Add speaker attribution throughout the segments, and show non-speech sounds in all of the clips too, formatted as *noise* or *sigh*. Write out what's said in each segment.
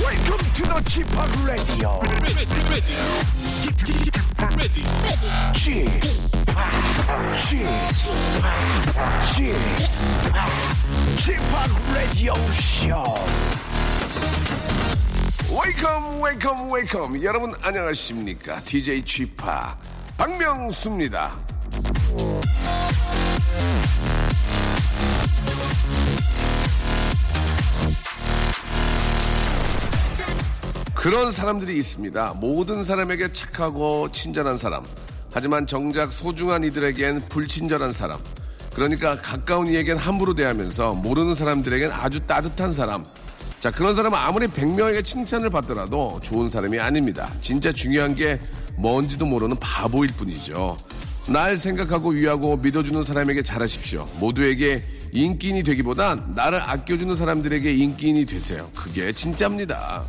Speaker 1: Welcome to the Chip Radio. Chip Chip Radio Show. Welcome, welcome, welcome. 여러분 안녕하십니까? DJ Chip 박명수입니다. 그런 사람들이 있습니다. 모든 사람에게 착하고 친절한 사람. 하지만 정작 소중한 이들에겐 불친절한 사람. 그러니까 가까운 이에겐 함부로 대하면서 모르는 사람들에겐 아주 따뜻한 사람. 자, 그런 사람은 아무리 100명에게 칭찬을 받더라도 좋은 사람이 아닙니다. 진짜 중요한 게 뭔지도 모르는 바보일 뿐이죠. 날 생각하고 위하고 믿어주는 사람에게 잘하십시오. 모두에게 인기인이 되기보단 나를 아껴주는 사람들에게 인기인이 되세요. 그게 진짜입니다.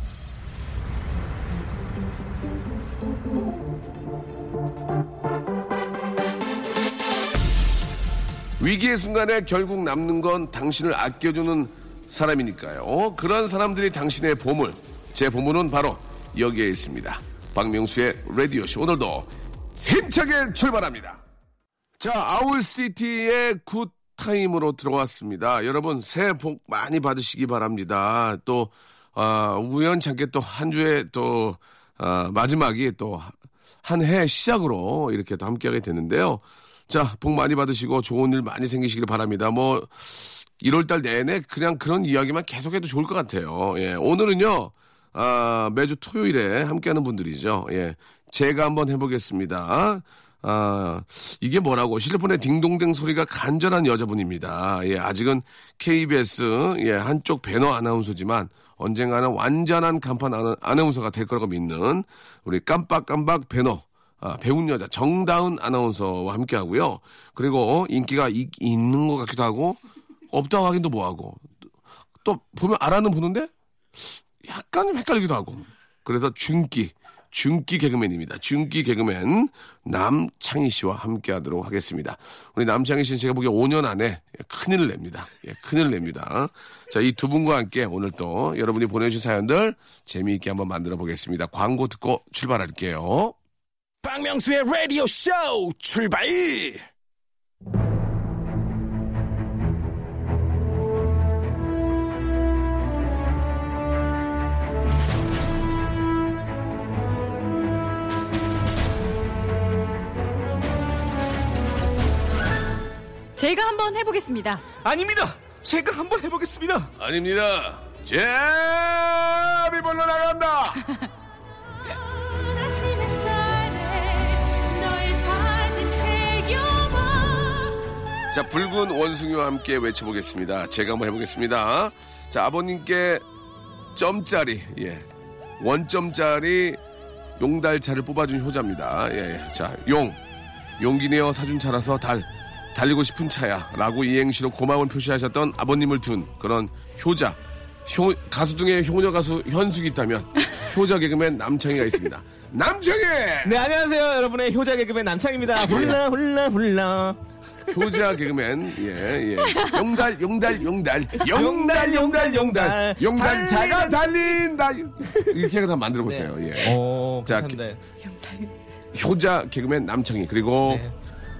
Speaker 1: 위기의 순간에 결국 남는 건 당신을 아껴주는 사람이니까요. 어? 그런 사람들이 당신의 보물. 제 보물은 바로 여기에 있습니다. 박명수의 라디오쇼. 오늘도 힘차게 출발합니다. 자, 아울시티의 굿타임으로 들어왔습니다. 여러분, 새해 복 많이 받으시기 바랍니다. 또, 아, 우연찮게 또 한 주에 또, 아, 마지막이 또 한 해 시작으로 이렇게 또 함께하게 되는데요. 자, 복 많이 받으시고 좋은 일 많이 생기시길 바랍니다. 뭐, 1월달 내내 그냥 그런 이야기만 계속해도 좋을 것 같아요. 예, 오늘은요, 아, 매주 토요일에 함께하는 분들이죠. 예, 제가 한번 해보겠습니다. 아, 이게 뭐라고 실리폰의 딩동댕 소리가 간절한 여자분입니다. 예, 아직은 KBS 예, 한쪽 배너 아나운서지만 언젠가는 완전한 간판 아나- 아나운서가 될 거라고 믿는 우리 깜빡깜빡 배너 아, 배운 여자 정다은 아나운서와 함께 하고요. 그리고 인기가 이- 있는 것 같기도 하고 없다고 하긴도 뭐하고 또 보면 알아는 보는데 약간 헷갈리기도 하고 그래서 중기 중기 개그맨입니다. 중기 개그맨 남창희 씨와 함께하도록 하겠습니다. 우리 남창희 씨는 제가 보기에 5년 안에 큰일을 냅니다. 예, 큰일을 냅니다. 자, 이 두 분과 함께 오늘 또 여러분이 보내주신 사연들 재미있게 한번 만들어 보겠습니다. 광고 듣고 출발할게요.
Speaker 2: 박명수의 라디오 쇼 출발!
Speaker 3: 제가 한번 해보겠습니다.
Speaker 2: 아닙니다. 제가 한번 해보겠습니다.
Speaker 1: 아닙니다. 제비 불러 나간다. 자, 붉은 원숭이와 함께 외쳐보겠습니다. 제가 한번 해보겠습니다. 자, 아버님께 점짜리, 예. 원점짜리 용달차를 뽑아준 효자입니다. 예, 예. 자, 용. 용기 내어 사준 차라서 달. 달리고 싶은 차야. 라고 이행시로 고마움을 표시하셨던 아버님을 둔 그런 효자. 효- 가수 중에 효녀 가수 현숙이 있다면 효자 개그맨 남창희가 있습니다. 남창희!
Speaker 2: 네, 안녕하세요. 여러분의 효자 개그맨 남창입니다. 훌라, 훌라, 훌라.
Speaker 1: 효자 개그맨 예 예. 용달 용달 용달 용달
Speaker 2: 용달,
Speaker 1: 용달 용달
Speaker 2: 용달.
Speaker 1: 용달
Speaker 2: 달리는-
Speaker 1: 차가 달린다 이렇게 다 만들어 보세요. 예.
Speaker 2: 오,
Speaker 1: 자,
Speaker 2: 감사합니다.
Speaker 1: 효자 개그맨 남창희 그리고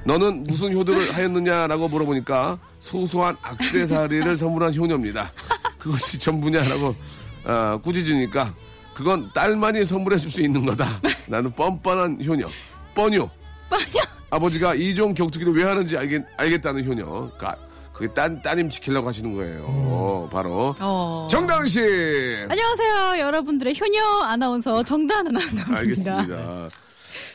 Speaker 1: 너는 무슨 효도를 하였느냐라고 물어보니까 소소한 악세사리를 *laughs* 선물한 효녀입니다. 그것이 전부냐라고 아, 꾸짖으니까 그건 딸만이 선물해 줄 수 있는 거다. 나는 뻔뻔한 효녀 뻔요. 아버지가 이종 격투기를 왜 하는지 알겠, 알겠다는 효녀. 그러니까 그게 딴, 따님 지키려고 하시는 거예요.
Speaker 2: 음.
Speaker 1: 어, 바로.
Speaker 3: 어.
Speaker 1: 정당 씨!
Speaker 3: 안녕하세요, 여러분들의 효녀 아나운서 정다은 아나운서입니다.
Speaker 1: 알겠습니다.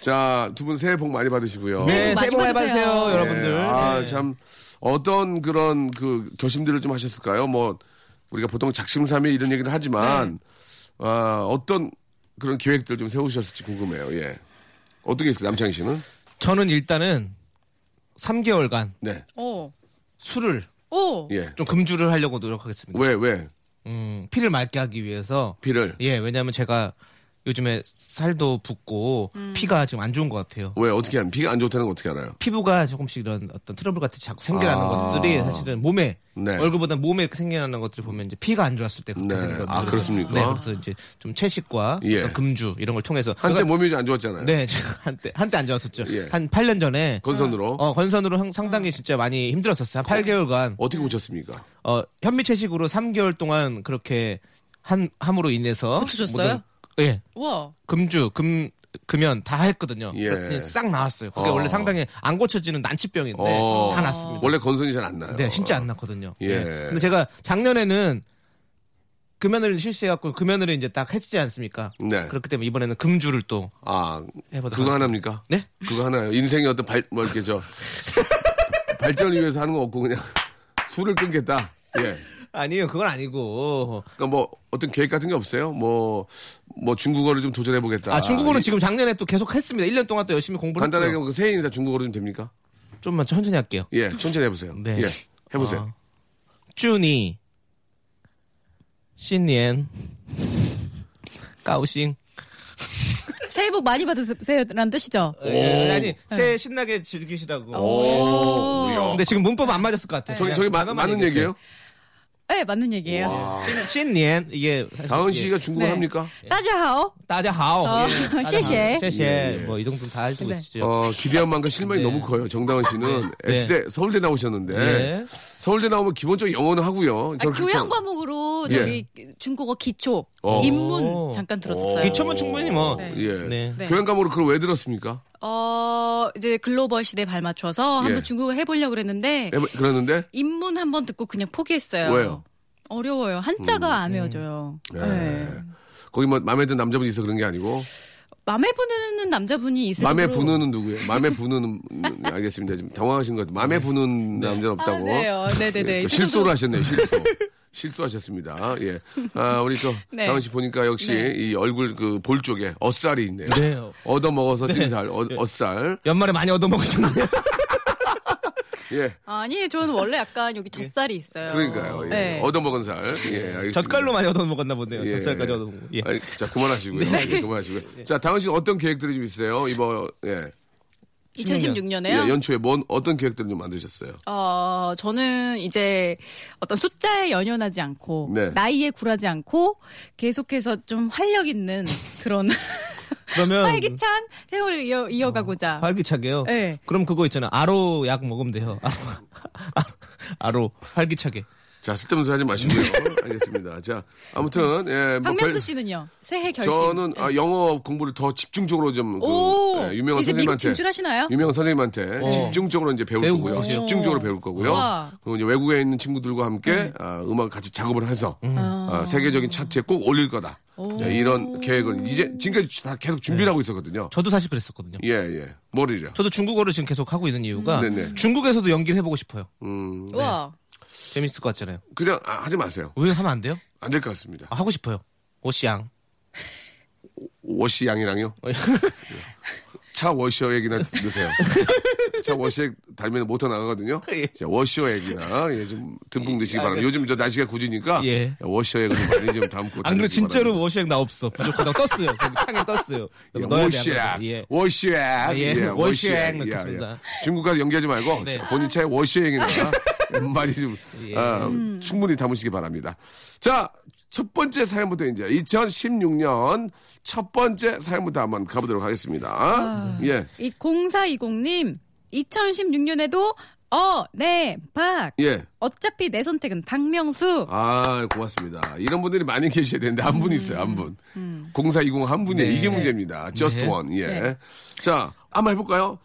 Speaker 1: 자, 두 분 새해 복 많이 받으시고요.
Speaker 2: 네,
Speaker 3: 많이
Speaker 2: 새해 복 많이
Speaker 3: 받으세요.
Speaker 2: 받으세요, 여러분들.
Speaker 1: 네, 아,
Speaker 2: 네.
Speaker 1: 참. 어떤 그런 그 결심들을 좀 하셨을까요? 뭐 우리가 보통 작심삼일 이런 얘기를 하지만
Speaker 2: 네.
Speaker 1: 아, 어떤 그런 계획들 좀 세우셨을지 궁금해요. 예. 어떻게 있어요, 남창희 씨는?
Speaker 4: 저는 일단은 3개월간
Speaker 1: 네.
Speaker 3: 오.
Speaker 4: 술을
Speaker 3: 오.
Speaker 1: 예.
Speaker 4: 좀 금주를 하려고 노력하겠습니다.
Speaker 1: 왜 왜?
Speaker 4: 음, 피를 맑게 하기 위해서
Speaker 1: 피를
Speaker 4: 예, 왜냐하면 제가 요즘에 살도 붓고 피가 지금 안 좋은 것 같아요.
Speaker 1: 왜 어떻게 안 피가 안 좋다는 거 어떻게 알아요?
Speaker 4: 피부가 조금씩 이런 어떤 트러블 같은 게 자꾸 생겨나는
Speaker 1: 아.
Speaker 4: 것들이 사실은 몸에
Speaker 1: 네.
Speaker 4: 얼굴보다 몸에 이렇게 생겨나는 것들을 보면 이제 피가 안 좋았을 때 그렇게
Speaker 1: 네.
Speaker 4: 되는 거죠.
Speaker 1: 아, 그렇습니까?
Speaker 4: 네, 그래서 이제 좀 채식과
Speaker 1: 예.
Speaker 4: 어떤 금주 이런 걸 통해서
Speaker 1: 한때
Speaker 4: 그러니까-
Speaker 1: 몸이 안 좋았잖아요.
Speaker 4: 네, 제가 한때 한때 안 좋았었죠.
Speaker 1: 예.
Speaker 4: 한 8년 전에
Speaker 1: 건선으로
Speaker 4: 어, 건선으로 상- 상당히 진짜 많이 힘들었었어요. 한 8개월간
Speaker 1: 어떻게 보셨습니까?
Speaker 4: 어, 현미 채식으로 3개월 동안 그렇게 한 함으로 인해서
Speaker 3: 고치셨어요?
Speaker 4: 모든- 예.
Speaker 3: 우와.
Speaker 4: 금주 금 금연 다 했거든요.
Speaker 1: 예.
Speaker 4: 그냥 싹 나왔어요. 그게
Speaker 1: 어.
Speaker 4: 원래 상당히 안 고쳐지는 난치병인데
Speaker 1: 어.
Speaker 4: 다 났습니다.
Speaker 1: 원래 건선이 잘 안 나요.
Speaker 4: 네, 진짜 안 났거든요.
Speaker 1: 예.
Speaker 4: 네. 근데 제가 작년에는 금연을 실시해갖고 금연을 이제 딱 했지 않습니까?
Speaker 1: 네.
Speaker 4: 그렇기 때문에 이번에는 금주를 또
Speaker 1: 아,
Speaker 4: 해보도록
Speaker 1: 그거
Speaker 4: 하겠습니다.
Speaker 1: 하나입니까?
Speaker 4: 네?
Speaker 1: 그거 하나요. 인생의 어떤 발, 뭐 이렇게 저 *laughs* 발전을 위해서 하는 거 없고 그냥 술을 끊겠다. 예.
Speaker 4: 네? 아니요, 그건 아니고.
Speaker 1: 그러니까 뭐 어떤 계획 같은 게 없어요? 뭐, 뭐 중국어를 좀 도전해 보겠다. 예.
Speaker 4: 아, 중국어는 지금 작년에 또 계속 했습니다. 1년 동안 또 열심히 공부를
Speaker 1: 간단하게
Speaker 4: 했고요.
Speaker 1: 그 새해 인사 중국어로 좀 됩니까?
Speaker 4: 좀만 천천히 할게요.
Speaker 1: 예, 천천히 해보세요.
Speaker 4: 네.
Speaker 1: 예, 해보세요.
Speaker 4: 준이 신년 까우싱
Speaker 3: 새해 복 많이 받으세요라는 뜻이죠.
Speaker 4: 네. 아니
Speaker 1: 네.
Speaker 4: 새해 신나게 즐기시라고.
Speaker 1: 어,
Speaker 3: 어.
Speaker 4: 근데 지금 문법 안 맞았을 것 같아.
Speaker 1: 저기 저기 마,
Speaker 4: 네.
Speaker 1: 많은 얘기예요?
Speaker 3: 네, 맞는 얘기예요.
Speaker 4: 신년 이게 사실
Speaker 1: 다은
Speaker 4: 이게
Speaker 1: 씨가 중국어
Speaker 3: 네.
Speaker 1: 합니까?
Speaker 3: 따자하오.
Speaker 4: 따자하오.
Speaker 3: 어,
Speaker 1: *laughs*
Speaker 4: 예.
Speaker 3: 셰셰.
Speaker 4: 셰셰.
Speaker 1: 예, 예.
Speaker 4: 뭐이 정도 다 알고
Speaker 3: 네.
Speaker 4: 계시죠.
Speaker 1: 어, 기대한 만큼 실망이
Speaker 4: 네.
Speaker 1: 너무 커요. 정다은 씨는
Speaker 4: 네.
Speaker 1: S대 서울대 나오셨는데
Speaker 4: 네.
Speaker 1: 서울대 나오면 기본적으로 영어는 하고요.
Speaker 3: 아,
Speaker 1: 저는
Speaker 3: 교양
Speaker 1: 그렇죠.
Speaker 3: 과목으로
Speaker 1: 예.
Speaker 3: 저기 중국어 기초,
Speaker 1: 어.
Speaker 4: 오.
Speaker 3: 인문 잠깐 들었었어요.
Speaker 4: 기초면 충분히 뭐.
Speaker 3: 네.
Speaker 1: 예.
Speaker 4: 네.
Speaker 3: 네.
Speaker 1: 교양 과목으로 그걸 왜 들었습니까?
Speaker 3: 어, 이제 글로벌 시대에 발맞춰서
Speaker 1: 예.
Speaker 3: 한번 중국어 해보려고 그랬는데
Speaker 1: 해보- 뭐, 그러는데
Speaker 3: 인문 한번 듣고 그냥 포기했어요.
Speaker 1: 왜요? 음,
Speaker 3: 어려워요. 한자가 안 외워져요.
Speaker 1: 예.
Speaker 3: 네.
Speaker 1: 거기 뭐 마음에 드는 남자분이 있어 그런 게 아니고
Speaker 3: 맘에 부는 남자분이 있을
Speaker 1: 마음에
Speaker 3: 정도로-
Speaker 1: 부는 누구예요? 마음에
Speaker 3: *laughs*
Speaker 1: 부는 음, 알겠습니다. 지금 당황하신 것 같아요. 마음에
Speaker 4: 네.
Speaker 1: 부는 남자는
Speaker 3: 아,
Speaker 1: 없다고.
Speaker 3: 네요. 네네네.
Speaker 1: 예, 좀 실수를 하셨네요.
Speaker 3: *laughs*
Speaker 1: 실수. 실수하셨습니다. 예. 아, 우리 또
Speaker 3: 네.
Speaker 1: 다은 씨 보니까 역시
Speaker 3: 네.
Speaker 1: 이 얼굴 그 볼 쪽에 엇살이 있네요.
Speaker 4: 네.
Speaker 1: 얻어 먹어서 찐살 어, 엇살.
Speaker 4: 연말에 많이 얻어먹으셨네요. *laughs*
Speaker 1: 예.
Speaker 3: 아니, 저는 원래 약간 여기 젖살이 있어요.
Speaker 1: 그러니까요. 예.
Speaker 3: 네.
Speaker 1: 얻어먹은 살. 예, 알겠습니다.
Speaker 2: 젓갈로 많이 얻어먹었나 보네요.
Speaker 1: 예.
Speaker 2: 젖살까지 얻어먹고. 예. 네.
Speaker 1: 아이, 자, 그만하시고요.
Speaker 3: 네.
Speaker 1: 예, 그만하시고요. 자, 다은 씨는 어떤 계획들이 좀 있어요? 이번, 예.
Speaker 3: 2016년에요.
Speaker 1: 예, 연초에 뭔, 어떤 계획들을 좀 만드셨어요?
Speaker 3: 어, 저는 이제 어떤 숫자에 연연하지 않고
Speaker 1: 네.
Speaker 3: 나이에 굴하지 않고 계속해서 좀 활력 있는 그런
Speaker 2: 그러면
Speaker 3: 활기찬 세월을 이어, 이어가고자.
Speaker 1: 아,
Speaker 2: 활기차게요.
Speaker 1: 예.
Speaker 3: 네.
Speaker 2: 그럼 그거 있잖아. 아로 약 먹으면 돼요.
Speaker 4: *laughs*
Speaker 2: 아로, 아로 활기차게.
Speaker 1: 자, 쓸데없는 소리 하지
Speaker 3: *laughs*
Speaker 1: 마시고요. 알겠습니다. 자, 아무튼, 예. 뭐
Speaker 3: 박명수
Speaker 1: 별-
Speaker 3: 씨는요. 새해 결심. 네.
Speaker 1: 저는 아, 영어 공부를 더 집중적으로 좀 그,
Speaker 3: 오!
Speaker 1: 예, 유명한
Speaker 3: 이제 미국
Speaker 1: 선생님한테
Speaker 3: 진출하시나요?
Speaker 1: 유명한 선생님한테 집중적으로 이제 어? 배울
Speaker 4: 배우고
Speaker 1: 거고요.
Speaker 4: 계세요.
Speaker 1: 집중적으로 배울 거고요.
Speaker 3: 와.
Speaker 1: 그리고 이제 외국에 있는 친구들과 함께 아, 음악 같이 작업을 해서 아, 세계적인 차트에 꼭 올릴 거다. 예, 이런 계획을 이제 지금까지 다 계속 준비를 하고 있었거든요.
Speaker 4: 저도 사실 그랬었거든요.
Speaker 1: 예, 예. 머리죠.
Speaker 4: 저도 중국어를 지금 계속 하고 있는 이유가
Speaker 1: 음. 네네.
Speaker 4: 중국에서도 연기를 해보고 싶어요.
Speaker 1: 음,
Speaker 3: 우와.
Speaker 4: 재밌을 것 같잖아요.
Speaker 1: 그냥 아, 하지 마세요.
Speaker 4: 왜 하면 안 돼요?
Speaker 1: 안 될 것 같습니다.
Speaker 4: 아, 하고 싶어요. 오시양.
Speaker 1: 워시 양이랑요?
Speaker 2: 어, 예.
Speaker 1: *laughs* 차 워시어 얘기나
Speaker 2: *laughs*
Speaker 1: 드세요. 차 워시액 달면 모터 나가거든요.
Speaker 2: 예.
Speaker 1: 자, 워시어 얘기나 예, 좀 듬뿍 드시기 바랍니다. 요즘 저 날씨가 굳으니까
Speaker 2: 예.
Speaker 1: 워시어 얘기 좀 많이 좀 담고
Speaker 2: 안 그래
Speaker 1: 뭐 다니시기
Speaker 2: 진짜로
Speaker 1: 바랍니다.
Speaker 2: 워시액 나 없어. 부족하다고 떴어요. 거기 창에 떴어요.
Speaker 1: 예,
Speaker 2: 넣어야 돼, 안
Speaker 1: 워시액,
Speaker 2: 넣어야 돼. 예.
Speaker 1: 워시액,
Speaker 4: 예,
Speaker 1: 예,
Speaker 4: *laughs* 워시액
Speaker 1: 워시액.
Speaker 4: 넣겠습니다.
Speaker 1: 중국 가서 연기하지 말고
Speaker 4: 네. 예.
Speaker 1: 자, 본인 차에 워시어
Speaker 4: *laughs*
Speaker 1: 얘기나 많이 좀 아,
Speaker 4: 음.
Speaker 1: 충분히 담으시기 바랍니다. 자, 첫 번째 사연부터 이제 2016년 첫 번째 사연부터 한번 가보도록 하겠습니다. 예,
Speaker 3: 이 0420님, 2016년에도 어, 네, 박.
Speaker 1: 예.
Speaker 3: 어차피 내 선택은 박명수.
Speaker 1: 아, 고맙습니다. 이런 분들이 많이 계셔야 되는데, 한 분 있어요, 한 분. 0420 한 분이에요.
Speaker 2: 네.
Speaker 1: 이게 문제입니다. just one, 예.
Speaker 3: 네.
Speaker 1: 자, 한번 해볼까요?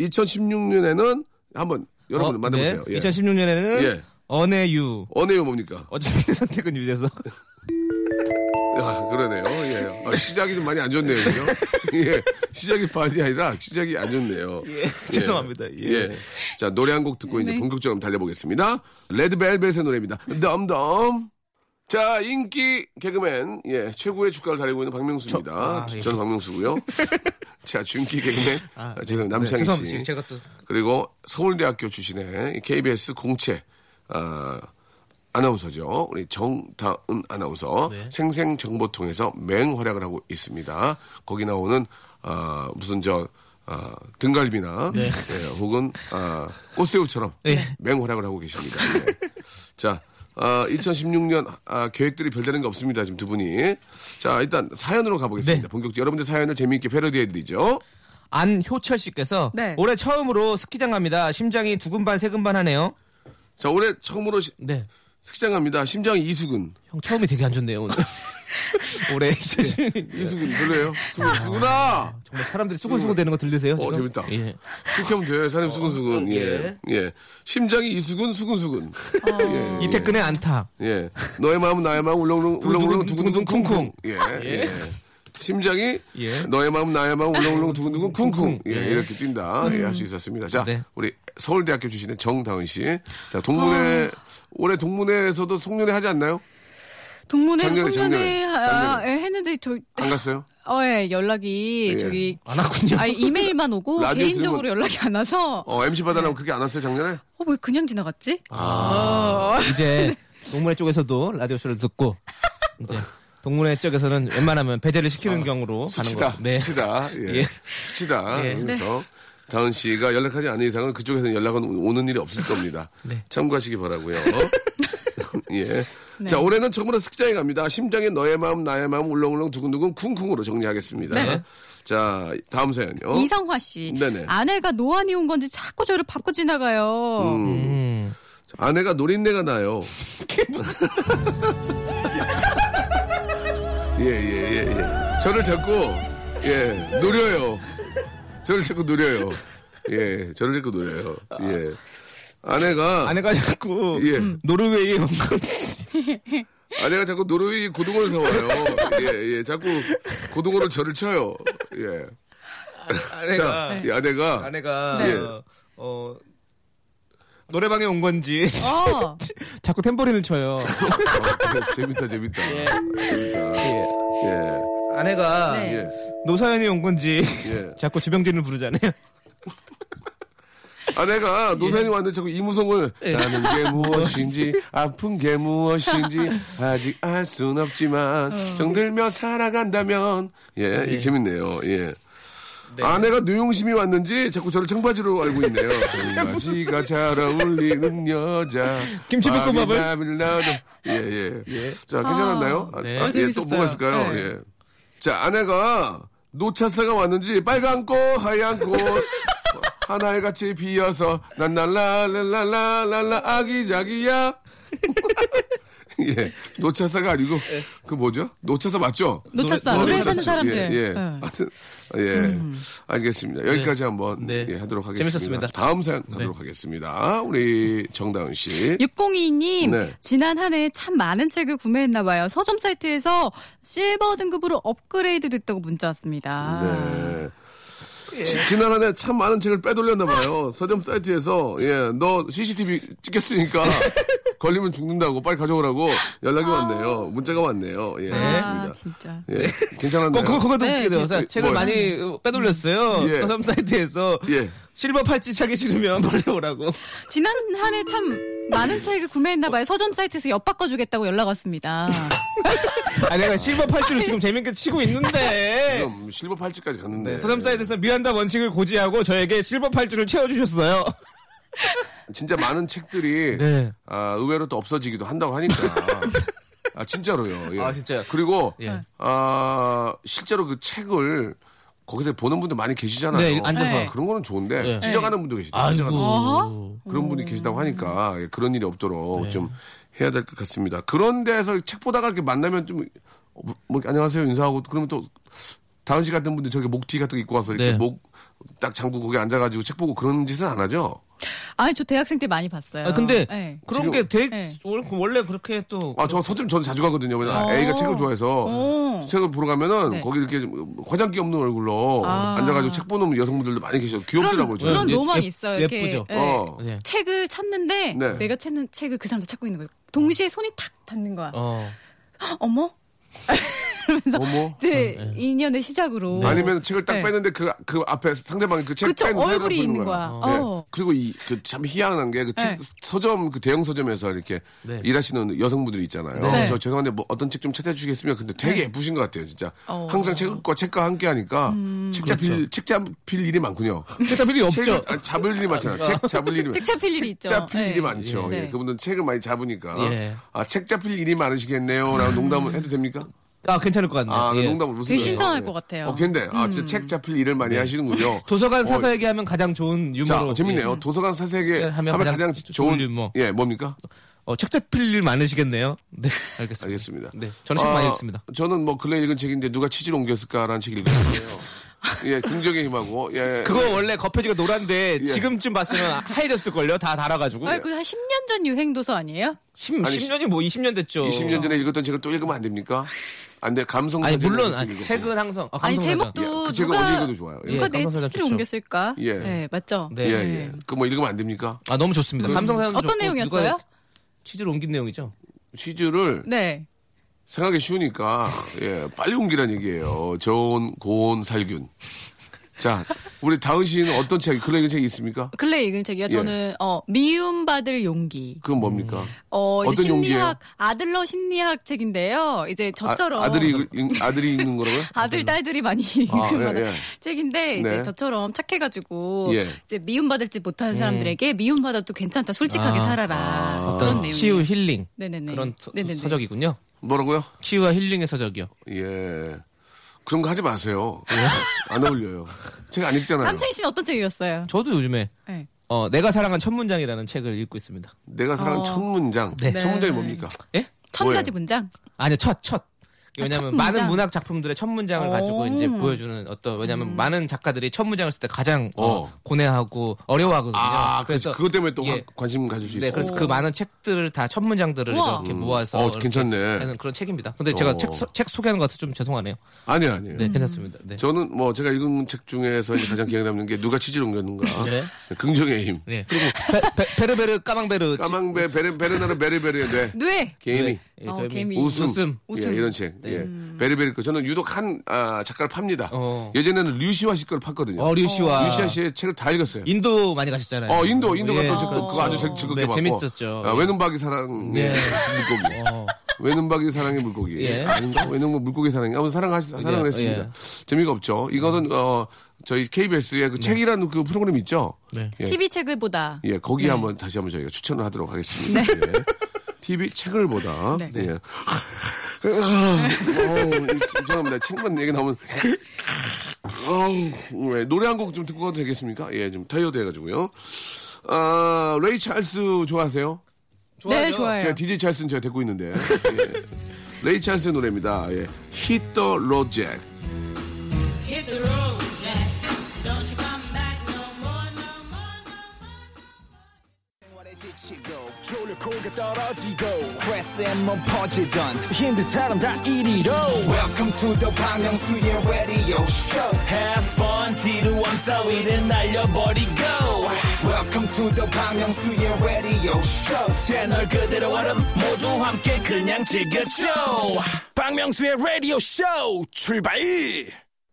Speaker 1: 2016년에는 한번 여러분
Speaker 2: 어,
Speaker 1: 만나보세요.
Speaker 2: 네.
Speaker 1: 예.
Speaker 2: 2016년에는
Speaker 1: 예.
Speaker 2: 언어유 *laughs*
Speaker 1: 언어요 뭡니까?
Speaker 2: 어차피 선택은 유재석.
Speaker 1: 아, 그러네요. 예. 아, 시작이 좀 많이 안 좋네요.
Speaker 2: *laughs*
Speaker 1: 그죠? 예. 시작이 반이 아니라 시작이 안 좋네요. 예.
Speaker 2: *laughs* 죄송합니다. 예.
Speaker 1: 자, 노래 한 곡 듣고 이제 본격적으로 달려보겠습니다. 레드벨벳의 노래입니다. 덤덤. 자, 인기 개그맨. 예. 최고의 주가를 달리고 있는 박명수입니다.
Speaker 4: 아, 예.
Speaker 1: 저는 박명수고요. 자, 준기 개그맨. 아, 죄송합니다.
Speaker 2: 네,
Speaker 1: 남창희 씨.
Speaker 4: 네, 죄송합니다. 제가 또
Speaker 1: 그리고 서울대학교 출신의 KBS 공채 아, 아나운서죠. 우리 정다은 아나운서 생생정보통에서 맹활약을 하고 있습니다. 거기 나오는 아, 무슨 저 아, 등갈비나 예, 혹은 아, 꽃새우처럼
Speaker 4: 네.
Speaker 1: 맹활약을 하고 계십니다. 예. 자. 아, 2016년 아, 계획들이 별다른 게 없습니다. 지금 두 분이. 자, 일단 사연으로 가보겠습니다.
Speaker 4: 네.
Speaker 1: 본격적으로 여러분들 사연을 재미있게 패러디해드리죠.
Speaker 4: 안효철 씨께서
Speaker 3: 네.
Speaker 4: 올해 처음으로 스키장 갑니다. 심장이 두근반 세근반 하네요.
Speaker 1: 자, 올해 처음으로 시-
Speaker 4: 네.
Speaker 1: 스키장 갑니다. 심장 이수근.
Speaker 4: 형 처음이 되게 안 좋네요
Speaker 2: *laughs*
Speaker 4: 오늘. 네. 올해 이제
Speaker 1: 이수근 별로예요? 수근, 수근아!
Speaker 4: 정말 사람들이 수근수근 되는 거 들리세요?
Speaker 1: 어,
Speaker 4: 지금?
Speaker 1: 재밌다.
Speaker 4: 예.
Speaker 1: 그렇게 하면 돼요. 사람 수근, 수근. 예.
Speaker 4: 예.
Speaker 1: 예. 심장이 이수근, 수근, 수근. 예, 예.
Speaker 4: 이태근의 안타.
Speaker 1: 예. 너의 마음은 나의 마음, 울렁울렁, 울렁울렁, 두근두근, 쿵쿵. 예. 예. 심장이
Speaker 4: 예.
Speaker 1: 너의 마음, 나의 마음, *laughs* 울렁울렁, 두근두근, 쿵쿵. 예, 이렇게 뛴다. 예, 할 수 있었습니다. 자,
Speaker 4: 네.
Speaker 1: 우리 서울대학교 출신의 정다은 씨. 자, 동문회, 올해 동문회에서도 송년회 하지 않나요?
Speaker 3: 동문회
Speaker 1: 작년에, 작년에,
Speaker 3: 송년회 하-
Speaker 1: 작년에.
Speaker 3: 예, 했는데 저
Speaker 1: 안 갔어요?
Speaker 3: 어, 예, 연락이
Speaker 1: 예.
Speaker 3: 저기
Speaker 4: 안 왔군요.
Speaker 3: 아 이메일만 오고
Speaker 1: *laughs* 라디오 들으면-
Speaker 3: 개인적으로 연락이 안 와서
Speaker 1: 어, 아. MC 받아라면 그렇게 안 왔어요, 작년에?
Speaker 3: 어 왜 그냥 지나갔지? 어.
Speaker 4: 이제 동문회 쪽에서도 라디오 쇼를 듣고 이제 동문회 쪽에서는 웬만하면 배제를 시키는 경우로 가는
Speaker 1: 아, 수치다,
Speaker 4: 거. 네.
Speaker 1: 수치다, 예.
Speaker 4: 예.
Speaker 1: 수치다.
Speaker 4: 예.
Speaker 1: 그래서 다은 씨가 연락하지 않은 이상은 그쪽에서는 연락은 오는 일이 없을 겁니다.
Speaker 4: 네.
Speaker 1: 참고하시기
Speaker 4: *laughs*
Speaker 1: 바라고요. 예. 자, 올해는 처음으로 스키장에 갑니다. 심장에 너의 마음, 나의 마음, 울렁울렁 두근두근 쿵쿵으로 정리하겠습니다.
Speaker 4: 네.
Speaker 1: 자, 다음 사연요.
Speaker 3: 이상화 씨
Speaker 1: 어? 네네.
Speaker 3: 아내가 노안이 온 건지 자꾸 저를 밟고 지나가요.
Speaker 4: 음.
Speaker 1: 아내가 노린내가
Speaker 4: *laughs*
Speaker 1: 나요. 예, 예, 예, 예. 저를 자꾸, 예, 노려요. 저를 자꾸 노려요. 예, 저를 자꾸 노려요. 예. 아내가,
Speaker 4: 아내가 자꾸
Speaker 1: 예.
Speaker 4: 노르웨이에 온 거.
Speaker 1: 아내가 자꾸 노르웨이 고등어를 사와요. 예, 예. 자꾸 고등어로 저를 쳐요. 예. 자,
Speaker 4: 아내가
Speaker 1: 이 아내가,
Speaker 4: 아내가
Speaker 1: 네.
Speaker 4: 어, 어, 노래방에 온 건지
Speaker 3: 어.
Speaker 4: *laughs* 자꾸 탬버린을 쳐요.
Speaker 1: 어, 재밌다, 재밌다. 재밌다.
Speaker 4: 예.
Speaker 1: 예.
Speaker 4: 아내가
Speaker 3: 네.
Speaker 1: 예.
Speaker 4: 노사연이 온 건지
Speaker 1: 예.
Speaker 4: *laughs* 자꾸 주병진을 부르잖아요.
Speaker 1: 아내가
Speaker 4: 예.
Speaker 1: 노사연이 왔는데 자꾸 이무송을 사는
Speaker 4: *laughs*
Speaker 1: 게 무엇인지 아픈 게 무엇인지 아직 알 순 없지만
Speaker 4: 어.
Speaker 1: 정들며 살아간다면 예, 이 재밌네요. 예.
Speaker 4: 네.
Speaker 1: 아내가 뇌용심이 왔는지 자꾸 저를 청바지로 알고
Speaker 4: *laughs*
Speaker 1: 있네요. 청바지가 잘 어울리는 여자.
Speaker 4: 김치 볶음밥을?
Speaker 1: 마음이 나도. 예, 예, 자, 괜찮았나요? 아,
Speaker 4: 네.
Speaker 1: 아, 예, 또
Speaker 3: 재밌었어요.
Speaker 1: 뭐가 있을까요?
Speaker 3: 네.
Speaker 1: 예. 자, 아내가 노차사가 왔는지 빨간 꽃, 하얀 꽃. *laughs* 하나에 같이 비어서 난 날라랄랄랄랄라 아기자기야. *laughs* 예, 노차사가 아니고 그 뭐죠? *laughs* 노차사 맞죠?
Speaker 3: 놓쳤어.
Speaker 1: 어,
Speaker 3: 노래하는
Speaker 1: 노차사.
Speaker 3: 사람들.
Speaker 1: 예, 예.
Speaker 3: 네.
Speaker 1: 하여튼, 예. 알겠습니다. 여기까지 한번
Speaker 4: 네.
Speaker 1: 예, 하도록 하겠습니다.
Speaker 4: 재밌었습니다.
Speaker 1: 다음 사연 가도록 하겠습니다. 우리 정다은 씨.
Speaker 3: 602님
Speaker 1: 네.
Speaker 3: 지난 한 해 참 많은 책을 구매했나 봐요. 서점 사이트에서 실버 등급으로 업그레이드 됐다고 문자
Speaker 4: 아.
Speaker 3: 왔습니다.
Speaker 1: 네.
Speaker 4: 예.
Speaker 1: 지- 지난 한 해 참 많은 책을 빼돌렸나
Speaker 4: *laughs*
Speaker 1: 봐요. 서점 사이트에서 예, 너 CCTV
Speaker 4: *laughs*
Speaker 1: 찍혔으니까 걸리면 죽는다고 빨리 가져오라고 연락이
Speaker 4: 아.
Speaker 1: 왔네요. 문자가 왔네요. 예,
Speaker 3: 아,
Speaker 1: 알겠습니다.
Speaker 3: 진짜.
Speaker 1: 예, 괜찮았나요?
Speaker 4: 어, 그거 그거도
Speaker 3: 네,
Speaker 4: 웃기게 돼요. 사-
Speaker 1: 그-
Speaker 4: 책을
Speaker 1: 뭐요?
Speaker 4: 많이 빼돌렸어요.
Speaker 1: 예.
Speaker 4: 서점 사이트에서
Speaker 1: 예.
Speaker 4: 실버 팔찌 차기 싫으면 빨리 오라고.
Speaker 3: 지난 한 해 참 많은 책을 구매했나 봐요. 서점 사이트에서 엿바꿔 주겠다고 연락
Speaker 1: *laughs*
Speaker 3: 왔습니다.
Speaker 4: 아 내가 실버 팔찌를 지금 재밌게 치고 있는데
Speaker 1: 지금 실버 팔찌까지 갔는데
Speaker 4: 네, 서점 사이트에서 미안다 원칙을 고지하고 저에게 실버 팔찌를 채워주셨어요.
Speaker 1: 진짜 많은 책들이
Speaker 4: 네.
Speaker 1: 아, 의외로 또 없어지기도 한다고
Speaker 4: *laughs*
Speaker 1: 하니까. 아, 진짜로요. 예.
Speaker 4: 아, 진짜요?
Speaker 1: 그리고,
Speaker 4: 예.
Speaker 1: 아, 실제로 그 책을 거기서 보는 분들 많이 계시잖아요.
Speaker 4: 네, 앉아서.
Speaker 3: 네.
Speaker 1: 그런 거는 좋은데,
Speaker 4: 예.
Speaker 1: 찢어가는 분도 계시다. 찢어가는
Speaker 3: 어?
Speaker 1: 그런
Speaker 4: 음.
Speaker 1: 분이 계시다고 하니까 예, 그런 일이
Speaker 4: 네.
Speaker 1: 없도록 좀 해야 될 것 같습니다. 그런 데서 책 보다가 이렇게 만나면 좀, 어, 뭐, 뭐, 안녕하세요 인사하고 그러면 또 다은 씨 같은 분들 저기 목티 같은 거 입고 와서 이렇게
Speaker 4: 네.
Speaker 1: 목 딱 잠그고 거기 앉아가지고 책 보고 그런 짓은 안 하죠?
Speaker 3: 아니 저 대학생 때 많이 봤어요.
Speaker 4: 아, 근데
Speaker 1: 예.
Speaker 3: 네.
Speaker 4: 그런 게 되게
Speaker 3: 네.
Speaker 4: 원- 원래 그렇게 또
Speaker 1: 아, 저 서점 전 자주 가거든요. 왜냐면
Speaker 3: 어.
Speaker 1: 애가 책을 좋아해서
Speaker 3: 어.
Speaker 1: 책을 보러 가면은
Speaker 3: 네.
Speaker 1: 거기 이렇게 좀 화장기 없는 얼굴로
Speaker 3: 아.
Speaker 1: 앉아가지고 책 보는 여성분들도 많이 계셔. 귀엽더라고요.
Speaker 3: 그런
Speaker 1: 저는.
Speaker 3: 그런
Speaker 4: 예-
Speaker 3: 로망이
Speaker 4: 예-
Speaker 3: 있어요.
Speaker 4: 예쁘죠?
Speaker 3: 이렇게 네.
Speaker 1: 어.
Speaker 4: 네.
Speaker 3: 책을 찾는데
Speaker 1: 네.
Speaker 3: 내가 찾는 책을 그 사람도 찾고 있는 거예요. 동시에 손이 탁 닿는 거야.
Speaker 4: 어.
Speaker 3: 어. 머
Speaker 4: 뭐,
Speaker 1: 어머.
Speaker 3: 이제
Speaker 4: 예.
Speaker 3: 인연의 시작으로
Speaker 1: 아니면 책을 딱
Speaker 3: 네.
Speaker 1: 빼는데 그, 그 앞에 상대방이 그 책
Speaker 3: 그쵸,
Speaker 1: 뺀 사람을
Speaker 3: 얼굴이
Speaker 1: 보는
Speaker 3: 있는 거야.
Speaker 1: 네.
Speaker 3: 어.
Speaker 1: 그리고 이 그 참 희한한 게 그 책
Speaker 3: 네.
Speaker 1: 서점 그 대형 서점에서 이렇게
Speaker 4: 네.
Speaker 1: 일하시는 여성분들이 있잖아요.
Speaker 3: 네.
Speaker 1: 저 죄송한데 뭐 어떤 책 좀 찾아 주시겠습니까? 근데 되게 예쁘신 것 같아요, 진짜.
Speaker 3: 어. 음.
Speaker 1: 항상 책과 책과 함께 하니까 책 잡힐
Speaker 4: 그렇죠.
Speaker 1: 책 잡힐 일이 많군요.
Speaker 4: 그다 필요
Speaker 1: 책을
Speaker 4: 없죠.
Speaker 1: 아, 잡을 일이 많잖아요. 책 잡을 일이 많-
Speaker 3: 책 잡힐 일이 있죠.
Speaker 1: 책 잡힐 일이
Speaker 3: 네.
Speaker 1: 많죠.
Speaker 3: 네.
Speaker 1: 예, 그분들은 책을 많이 잡으니까
Speaker 4: 예.
Speaker 1: 아 책 잡힐 일이 많으시겠네요라고 농담을 해도 됩니까?
Speaker 4: 아 괜찮을 것 같네요.
Speaker 1: 아, 그
Speaker 4: 예.
Speaker 1: 농담을 웃으면서.
Speaker 3: 되게 신선할 것 같아요.
Speaker 1: 어, 근데 아, 진짜 책 잡힐 일을 많이 하시는군요.
Speaker 4: 음. 네. *laughs* 도서관
Speaker 1: 어,
Speaker 4: 사서에게 하면 가장 좋은
Speaker 1: 자,
Speaker 4: 유머로
Speaker 1: 재밌네요.
Speaker 4: 예.
Speaker 1: 도서관 사색에
Speaker 4: 예,
Speaker 1: 하면,
Speaker 4: 하면
Speaker 1: 가장,
Speaker 4: 가장
Speaker 1: 좋은
Speaker 4: 좋은 유머.
Speaker 1: 예, 뭡니까?
Speaker 4: 어, 책 잡힐 일 많으시겠네요. 네, 알겠습니다.
Speaker 1: 알겠습니다.
Speaker 4: 네, 저는 책
Speaker 1: 아,
Speaker 4: 많이 읽습니다.
Speaker 1: 저는 뭐 근래 읽은 책인데 누가 치질 옮겼을까라는 책 읽었어요. 예, 긍정의 힘하고 예.
Speaker 4: 그거 원래 겉표지가 노란데
Speaker 1: 예.
Speaker 4: 지금쯤 봤으면 하얘졌을 걸요. 다 달아가지고.
Speaker 3: 아, 그한 10년 전 유행 도서 아니에요?
Speaker 4: 10, 년이뭐 20년 됐죠.
Speaker 1: 20년 전에 읽었던 책을 또 읽으면 안 됩니까? 안 돼. 감성
Speaker 4: 아니
Speaker 1: 사진을
Speaker 4: 물론
Speaker 1: 또
Speaker 4: 아니,
Speaker 1: 읽고. 뭐.
Speaker 4: 책은 항상 아,
Speaker 3: 아니
Speaker 4: 감성사장.
Speaker 3: 제목도
Speaker 1: 그 책은 언제
Speaker 3: 누가
Speaker 1: 읽어도 좋아요. 예.
Speaker 3: 누가
Speaker 4: 예,
Speaker 3: 내
Speaker 4: 감성사장
Speaker 3: 치를
Speaker 4: 좋죠.
Speaker 3: 옮겼을까?
Speaker 1: 예.
Speaker 3: 네, 맞죠?
Speaker 4: 네.
Speaker 1: 예, 예. 그 뭐 읽으면 안 됩니까?
Speaker 4: 아 너무 좋습니다. 감성사장
Speaker 3: 음, 어떤 내용이었어요?
Speaker 4: 치즈를 옮긴 내용이죠.
Speaker 1: 취지를
Speaker 3: 네.
Speaker 1: 생각이 쉬우니까 예 빨리 옮기란 얘기예요. 저온 고온 살균. 자 우리 다은 씨는 어떤 책 근래 읽은 책이 있습니까?
Speaker 3: 근래 읽은
Speaker 1: 예.
Speaker 3: 책이요. 저는 어 미움받을 용기.
Speaker 1: 그건 뭡니까?
Speaker 4: 음,
Speaker 3: 어 이제
Speaker 1: 어떤 용기예요?
Speaker 3: 심리학 아들러 심리학 책인데요. 이제 저처럼
Speaker 1: 아, 아들이 읽- 읽- 아들이 읽는 거라고요?
Speaker 3: 아들, 딸들이 많이 읽을
Speaker 1: 아, 예,
Speaker 3: *laughs* 만한
Speaker 1: 예.
Speaker 3: 책인데 이제
Speaker 1: 네.
Speaker 3: 저처럼 착해가지고
Speaker 1: 예.
Speaker 3: 이제 미움받을지
Speaker 4: 네.
Speaker 3: 못하는 사람들에게 미움받아도 괜찮다 솔직하게 살아라 그런 내용
Speaker 4: 어, 치유 힐링
Speaker 3: 네네네
Speaker 4: 그런 서,
Speaker 3: 네네네.
Speaker 4: 적이군요
Speaker 1: 뭐라고요?
Speaker 4: 치유와 힐링의 서적이요.
Speaker 1: 예 그런 거 하지 마세요. 예, 안 어울려요. 책 안 읽잖아요.
Speaker 3: 남창희 씨는 어떤 책 읽었어요?
Speaker 4: 저도 요즘에
Speaker 3: 네.
Speaker 4: 어, 내가 사랑한 첫 문장이라는 책을 읽고 있습니다.
Speaker 1: 내가 사랑한 첫 문장.
Speaker 4: 네.
Speaker 1: 첫 문장이 뭡니까?
Speaker 4: 예?
Speaker 3: 천
Speaker 1: 뭐예요?
Speaker 3: 가지 문장
Speaker 4: 아니요 첫 첫. 왜냐하면
Speaker 3: 첫 문장. 어.
Speaker 4: 많은 문학 작품들의 첫 문장을 가지고 이제 보여주는 어떤 왜냐하면
Speaker 3: 음.
Speaker 4: 많은 작가들이 첫 문장을 쓸 때 가장 어,
Speaker 1: 어.
Speaker 4: 고뇌하고 어려워하거든요.
Speaker 1: 아 그래서 그것 때문에 또
Speaker 4: 예.
Speaker 1: 관- 관심 가질 수
Speaker 4: 네,
Speaker 1: 있어요.
Speaker 4: 그래서 그 많은 책들을 다 첫 문장들을
Speaker 3: 우와.
Speaker 4: 이렇게 모아서
Speaker 1: 어,
Speaker 4: 이렇게
Speaker 1: 괜찮네.
Speaker 4: 하는 그런 책입니다. 근데 제가
Speaker 1: 어.
Speaker 4: 책, 소- 책 소개하는 것 같아 서좀 죄송하네요.
Speaker 1: 아니요 아니요.
Speaker 3: 음.
Speaker 4: 네, 괜찮습니다. 네.
Speaker 1: 저는 뭐 제가 읽은 책 중에서 이제 가장 기억에 남는 게 누가 치질 옮겼는가.
Speaker 4: *laughs* 네.
Speaker 1: 긍정의 힘.
Speaker 4: 네. 그리고 베, 르베르 까망베르
Speaker 1: 까망베 베르 베르나르 베르베르의 뇌.
Speaker 3: 뇌
Speaker 1: 개미.
Speaker 4: 예,
Speaker 3: 어,
Speaker 4: 개미.
Speaker 3: 개미
Speaker 1: 웃음.
Speaker 4: 웃음. 네. 음.
Speaker 1: 예, 이런 책. 예. 베르베르 거. 저는 유독 한 아, 작가를 팝니다.
Speaker 4: 어.
Speaker 1: 예전에는 류시화 씨 걸 팠거든요.
Speaker 4: 어류 씨와
Speaker 1: 류시화 씨의 책을 다 읽었어요.
Speaker 4: 인도 많이 가셨잖아요.
Speaker 1: 어, 인도, 인도 갔던
Speaker 4: 예,
Speaker 1: 책도 그거 아주 재- 즐겁게
Speaker 4: 네,
Speaker 1: 봤고.
Speaker 4: 재밌었죠.
Speaker 1: 아, 외눈박이 사랑의
Speaker 4: 예.
Speaker 1: 물고기.
Speaker 4: *laughs* 어.
Speaker 1: 외눈박이 사랑의 물고기.
Speaker 4: 예.
Speaker 1: 아닌가? 외눈박 물고기 사랑이. 아무 사랑하시, 사랑을
Speaker 4: 예,
Speaker 1: 했습니다.
Speaker 4: 예.
Speaker 1: 재미가 없죠. 이거는, 어, 저희 KBS의 그 책이라는 그 프로그램 있죠?
Speaker 4: 네.
Speaker 1: 예.
Speaker 3: TV 책을 보다
Speaker 1: 예, 거기 한번 다시 한번 저희가 추천을 하도록 하겠습니다. 예. TV 책을 보다.
Speaker 3: 네.
Speaker 1: 예. 어우, 죄송합니다. 책만 얘기 나오면. 어우, 왜, 노래 한 곡 좀 듣고 가도 되겠습니까? 예, 좀 타이어드 해가지고요. 아, 레이 찰스 좋아하세요?
Speaker 3: 네 좋아요
Speaker 1: 제가 DJ 찰스는 제가 듣고 있는데. 예. 레이 찰스의 노래입니다. 예. Hit the road jack.
Speaker 5: Welcome to the 방명수의 radio show.
Speaker 6: Have fun 지루함 따위를 날려버리고
Speaker 5: Welcome to the 방명수의 radio show.
Speaker 6: 채널 그대로 얼음 모두 함께 그냥 즐겨줘 박명수의 라디오 쇼 출발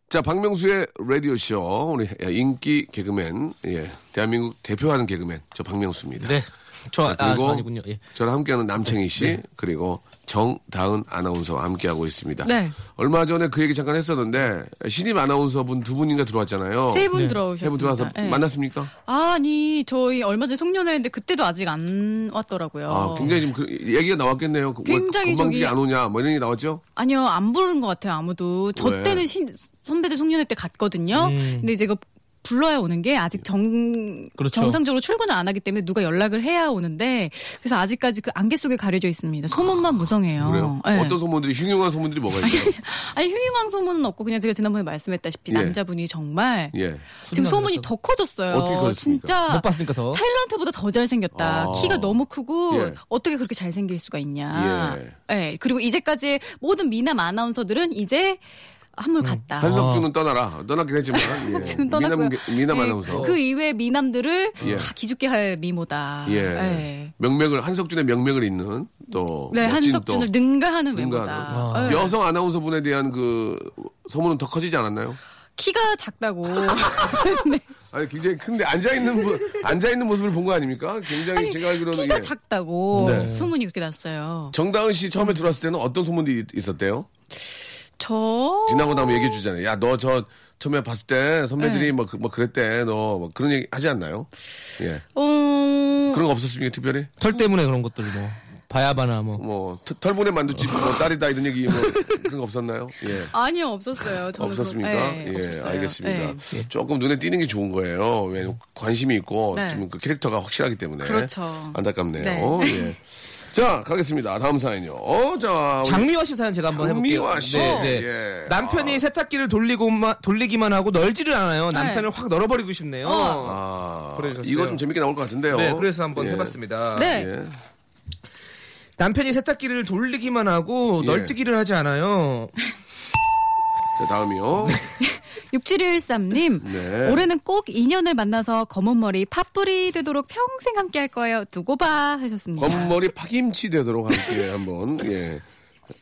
Speaker 1: 자, 박명수의 라디오쇼. 우리 인기 개그맨. 예. 대한민국 대표하는 개그맨. 저 박명수입니다.
Speaker 4: 네. 저, 아,
Speaker 1: 그리고
Speaker 4: 저 아니군요. 예. 네.
Speaker 1: 저랑 함께하는 남창희 씨 그리고 정다은 아나운서와 함께하고 있습니다.
Speaker 3: 네.
Speaker 1: 얼마 전에 그 얘기 잠깐 했었는데 신입 아나운서 분 두 분인가 들어왔잖아요.
Speaker 3: 세 분 들어오셨습니다
Speaker 1: 네. 세분 들어와서
Speaker 3: 예.
Speaker 1: 만났습니까?
Speaker 3: 아니 저희 얼마 전에 송년회인데 그때도 아직 안 왔더라고요
Speaker 1: 아, 굉장히 지금 그 얘기가 나왔겠네요. 그
Speaker 3: 어. 굉장히
Speaker 1: 왜 건방지게
Speaker 3: 저기-
Speaker 1: 안 오냐 뭐 이런 얘기 나왔죠?
Speaker 3: 아니요, 안 부르는 것 같아요, 아무도. 저
Speaker 1: 왜?
Speaker 3: 때는 신- 선배들 송년회 때 갔거든요. 근데 이제 그 불러야 오는 게 아직 정,
Speaker 4: 그렇죠.
Speaker 3: 정상적으로 출근을 안 하기 때문에 누가 연락을 해야 오는데 그래서 아직까지 그 안개 속에 가려져 있습니다. 소문만 무성해요.
Speaker 1: 아, 그래요?
Speaker 3: 네.
Speaker 1: 어떤 소문들이 흉흉한 소문들이 뭐가
Speaker 3: *laughs*
Speaker 1: 있어요?
Speaker 3: 아니 흉흉한 소문은 없고 그냥 제가 지난번에 말씀했다시피
Speaker 1: 예.
Speaker 3: 남자분이 정말
Speaker 1: 예.
Speaker 3: 지금
Speaker 4: 혼나서
Speaker 3: 소문이
Speaker 4: 그랬다고?
Speaker 3: 더 커졌어요.
Speaker 1: 어떻게 그렇습니까?
Speaker 3: 진짜
Speaker 4: 못 봤으니까 더.
Speaker 3: 탤런트보다 더 잘생겼다.
Speaker 1: 아.
Speaker 3: 키가 너무 크고
Speaker 1: 예.
Speaker 3: 어떻게 그렇게 잘생길 수가 있냐. 예. 그리고 이제까지 모든 미남 아나운서들은 이제 한물 갔다.
Speaker 1: 음. 한석준은 떠나라. 떠났긴 했지만. 예.
Speaker 3: *laughs* 지금 어. 떠났고요.
Speaker 1: 미남, 미남
Speaker 3: 예,
Speaker 1: 아나운서.
Speaker 3: 그 이외 미남들을
Speaker 1: 예.
Speaker 3: 다 기죽게 할 미모다.
Speaker 1: 예.
Speaker 3: 예.
Speaker 1: 명맥을, 한석준의 명맥을 잇는 또.
Speaker 3: 네,
Speaker 1: 멋진
Speaker 3: 한석준을
Speaker 1: 또
Speaker 3: 능가하는 외모다.
Speaker 1: 능가하는.
Speaker 3: 예.
Speaker 1: 여성 아나운서 네. 분에 대한 그 소문은 더 커지지 않았나요?
Speaker 3: 키가
Speaker 1: *laughs*
Speaker 3: 작다고. 네.
Speaker 1: 아니, 굉장히 큰데 앉아있는 분, 앉아있는 모습을 본 거 아닙니까? 굉장히 제가 알기로는.
Speaker 3: 키가
Speaker 1: 예.
Speaker 3: 작다고
Speaker 1: 네.
Speaker 3: 소문이 그렇게 났어요.
Speaker 1: 정다은 씨 처음에 들어왔을 때는 어떤 소문이 있었대요?
Speaker 3: 저
Speaker 1: 지나고 나면 얘기해 주잖아요. 야, 너 저 처음에 봤을 때 선배들이 뭐, 그- 뭐 그랬대. 너뭐 그런 얘기 하지 않나요? 예.
Speaker 3: 어,
Speaker 1: 그런 거 없었습니까, 특별히?
Speaker 4: 털 때문에 그런 것들 뭐 바야바나 뭐
Speaker 1: 뭐, 털- 털보내 만두집 뭐 딸이다 이런 얘기 뭐 그런 거 없었나요? 예.
Speaker 3: 아니요 없었어요. 저는
Speaker 1: 없었습니까?
Speaker 3: 그런- 네,
Speaker 1: 예,
Speaker 3: 없었어요.
Speaker 1: 알겠습니다.
Speaker 3: 네.
Speaker 1: 조금 눈에 띄는 게 좋은 거예요. 왜 관심이 있고
Speaker 3: 네.
Speaker 1: 지금 그 캐릭터가 확실하기 때문에
Speaker 3: 그렇죠.
Speaker 1: 안타깝네요.
Speaker 3: 네.
Speaker 1: 어, 예. 자, 가겠습니다. 다음 사연요. 어, 자, 우리
Speaker 4: 장미화 씨 사연 제가 한번 해볼게요.
Speaker 1: 장미화 씨.
Speaker 4: 네, 네.
Speaker 1: 예.
Speaker 4: 남편이 세탁기를 돌리고만 돌리기만 하고 넓지를 않아요. 남편을 확 널어버리고 싶네요.
Speaker 1: 아,
Speaker 4: 보내주셨어요.
Speaker 1: 이거 좀 재밌게 나올 것 같은데요.
Speaker 4: 네, 그래서 한번
Speaker 1: 예.
Speaker 4: 해봤습니다.
Speaker 3: 네.
Speaker 1: 예.
Speaker 4: 남편이 세탁기를 돌리기만 하고
Speaker 1: 예.
Speaker 4: 널뛰기를 하지 않아요.
Speaker 1: 자, 다음이요.
Speaker 4: 네.
Speaker 3: 6713님,
Speaker 1: 네.
Speaker 3: 올해는 꼭 인연을 만나서 검은 머리 팥불이 되도록 평생 함께 할 거예요. 두고 봐. 하셨습니다.
Speaker 1: 검머리 파김치 되도록 함께 한번 예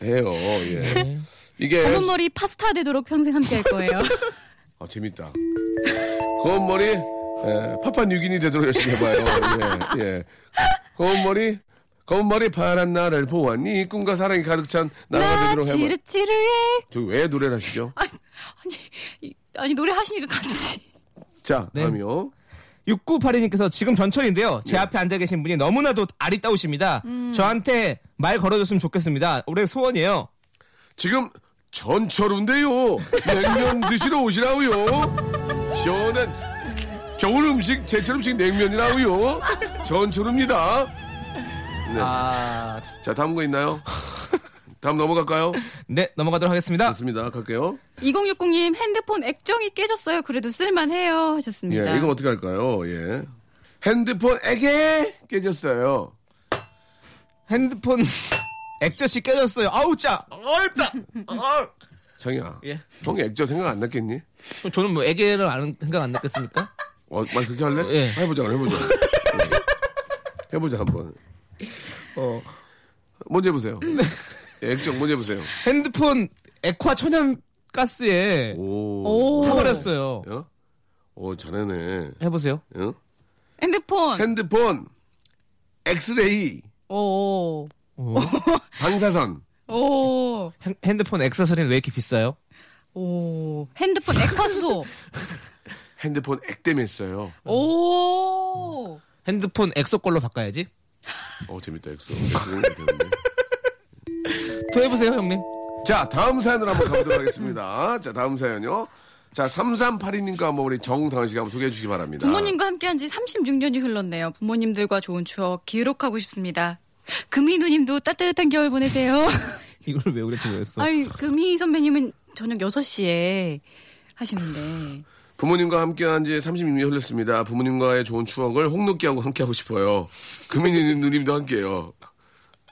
Speaker 1: 해요. 예.
Speaker 4: 네.
Speaker 1: 이게
Speaker 3: 검은 머리 파스타 되도록 평생 함께 할 거예요.
Speaker 1: 아, 재밌다. 검머리 예, 파판 유긴이 되도록 열심히 해봐요. 예, 예. 검머리 검머리 파란 나를 보았니 꿈과 사랑이 가득 찬 *laughs* 나라가
Speaker 3: 나
Speaker 1: 되도록 해봐.
Speaker 3: 지르지르해.
Speaker 1: 저기 왜 노래를 하시죠?
Speaker 3: 아니, 아니, 이- 아니, 노래 하시니까 같이.
Speaker 1: 자,
Speaker 4: 네.
Speaker 1: 다음이요.
Speaker 4: 6982님께서 지금 전철인데요.
Speaker 1: 예.
Speaker 4: 제 앞에 앉아 계신 분이 너무나도 아리따우십니다. 저한테 말 걸어줬으면 좋겠습니다. 올해 소원이에요.
Speaker 1: 지금 전철운데요. 냉면 드시러 오시라고요. 시원한 겨울 음식, 제철 음식 냉면이라고요. 전철입니다. 네.
Speaker 4: 아,
Speaker 1: 자, 다음 거 있나요? 다음 넘어갈까요?
Speaker 4: 네 넘어가도록 하겠습니다.
Speaker 1: 좋습니다. 갈게요.
Speaker 3: 2060님, 핸드폰 액정이 깨졌어요. 그래도 쓸만해요.
Speaker 1: 예,
Speaker 3: 하셨습니다.
Speaker 1: 이거 어떻게 할까요? 예. 핸드폰 에게 깨졌어요.
Speaker 4: 핸드폰 *laughs* 액젓이 깨졌어요. 아우 짜, 아우 짜.
Speaker 1: 창이야.
Speaker 4: 예.
Speaker 1: 형이 액자 생각 안 났겠니?
Speaker 4: 그럼 저는 뭐 애기를 안, 생각 안 났겠습니까?
Speaker 1: 어, 말 그렇게 할래?
Speaker 4: 예.
Speaker 1: 해보자, 해보자. 예. 해보자, 한번.
Speaker 4: 어.
Speaker 1: 먼저 해보세요. 예, 액정 먼저 해보세요.
Speaker 4: *laughs* 핸드폰 액화 천연 가스에
Speaker 1: 오.
Speaker 3: 오.
Speaker 4: 타버렸어요.
Speaker 1: 어? 오, 잘하네.
Speaker 4: 해보세요.
Speaker 1: 어?
Speaker 3: 핸드폰.
Speaker 1: 핸드폰, 엑스레이,
Speaker 3: 오.
Speaker 1: 방사선.
Speaker 3: 오.
Speaker 4: 핸- 핸드폰 액세서리는 왜 이렇게 비싸요?
Speaker 3: 오. 핸드폰 액화수소.
Speaker 1: 핸드폰 액땜했어요.
Speaker 3: 오.
Speaker 4: 핸드폰 엑소 걸로 바꿔야지.
Speaker 1: 어, 재밌다, 엑소. 엑소 되는데.
Speaker 4: 또 해보세요, 형님. *laughs*
Speaker 1: 자, 다음 사연으로 한번 가보도록 하겠습니다. 자, 다음 사연요. 자, 3382님과 한번 우리 정다은 씨가 한번 소개해 주시기 바랍니다.
Speaker 3: 부모님과 함께한 지 36년이 흘렀네요. 부모님들과 좋은 추억 기록하고 싶습니다. 금희 누님도 따뜻한 겨울
Speaker 4: *laughs*
Speaker 3: 보내세요.
Speaker 4: 이걸 왜 그렇게 외웠어?
Speaker 3: 아이 금희 선배님은 저녁 6시에 하시는데
Speaker 1: 부모님과 함께한 지 36년이 흘렀습니다. 부모님과의 좋은 추억을 홍록기하고 함께하고 싶어요. 금인이 누님도 함께요.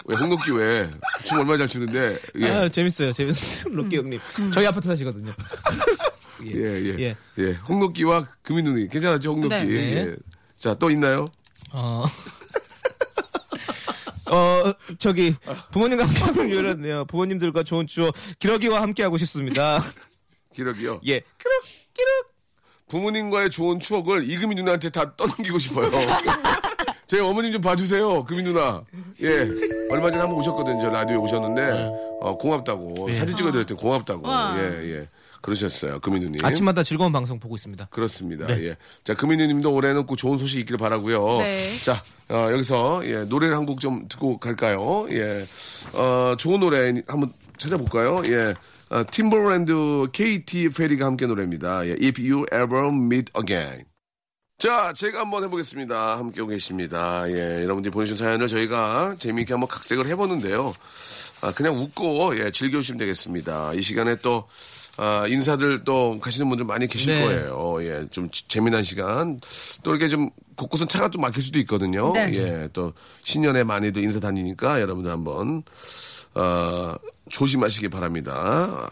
Speaker 1: 왜 홍록기 왜? 춤 얼마나 잘 추는데. 예,
Speaker 4: 아, 재밌어요, 재밌어요. 로키 형님. 저희 아파트 사시거든요.
Speaker 1: 예, 예, 예.
Speaker 4: 예.
Speaker 1: 홍록기와 금인 누님. 괜찮았죠, 홍록기?
Speaker 4: 네.
Speaker 1: 예. 자, 또 있나요?
Speaker 4: 어. *laughs* 어, 저기, 부모님과 함께 상품 열었네요. 부모님들과 좋은 추억, 기러기와 함께 하고 *laughs* 싶습니다.
Speaker 1: 기록이요.
Speaker 4: 예. 기럭, 기럭.
Speaker 1: 부모님과의 좋은 추억을 이금희 누나한테 다 떠넘기고 싶어요. *laughs* 제 어머님 좀 봐주세요, 금희 누나. 예. 얼마 전에 한번 오셨거든요. 저 라디오에 오셨는데,
Speaker 4: 네.
Speaker 1: 어, 고맙다고. 사진 찍어드렸더니 고맙다고.
Speaker 3: 와.
Speaker 1: 예, 예. 그러셨어요, 금희 누님.
Speaker 4: 아침마다 즐거운 방송 보고 있습니다. 네.
Speaker 1: 그렇습니다. 예. 자, 금희 누님도 올해는 꼭 좋은 소식 있길 바라고요
Speaker 3: 네.
Speaker 1: 자, 어, 여기서, 예, 노래를 한 곡 좀 듣고 갈까요? 예. 어, 좋은 노래 한번 찾아볼까요? 예. 어, 팀버랜드 KT 페리가 함께 노래입니다. 예, If You Ever Meet Again. 자, 제가 한번 해보겠습니다. 함께 오 계십니다. 예, 여러분들이 보내주신 사연을 저희가 재미있게 한번 각색을 해보는데요. 아, 그냥 웃고, 예, 즐겨주시면 되겠습니다. 이 시간에 또, 아, 인사들 또 가시는 분들 많이 계실
Speaker 4: 네.
Speaker 1: 거예요. 예, 좀 지- 재미난 시간. 또 이렇게 좀 곳곳은 차가 또 막힐 수도 있거든요.
Speaker 3: 네.
Speaker 1: 예, 또 신년에 많이도 인사 다니니까 여러분들 한번, 어, 조심하시기 바랍니다.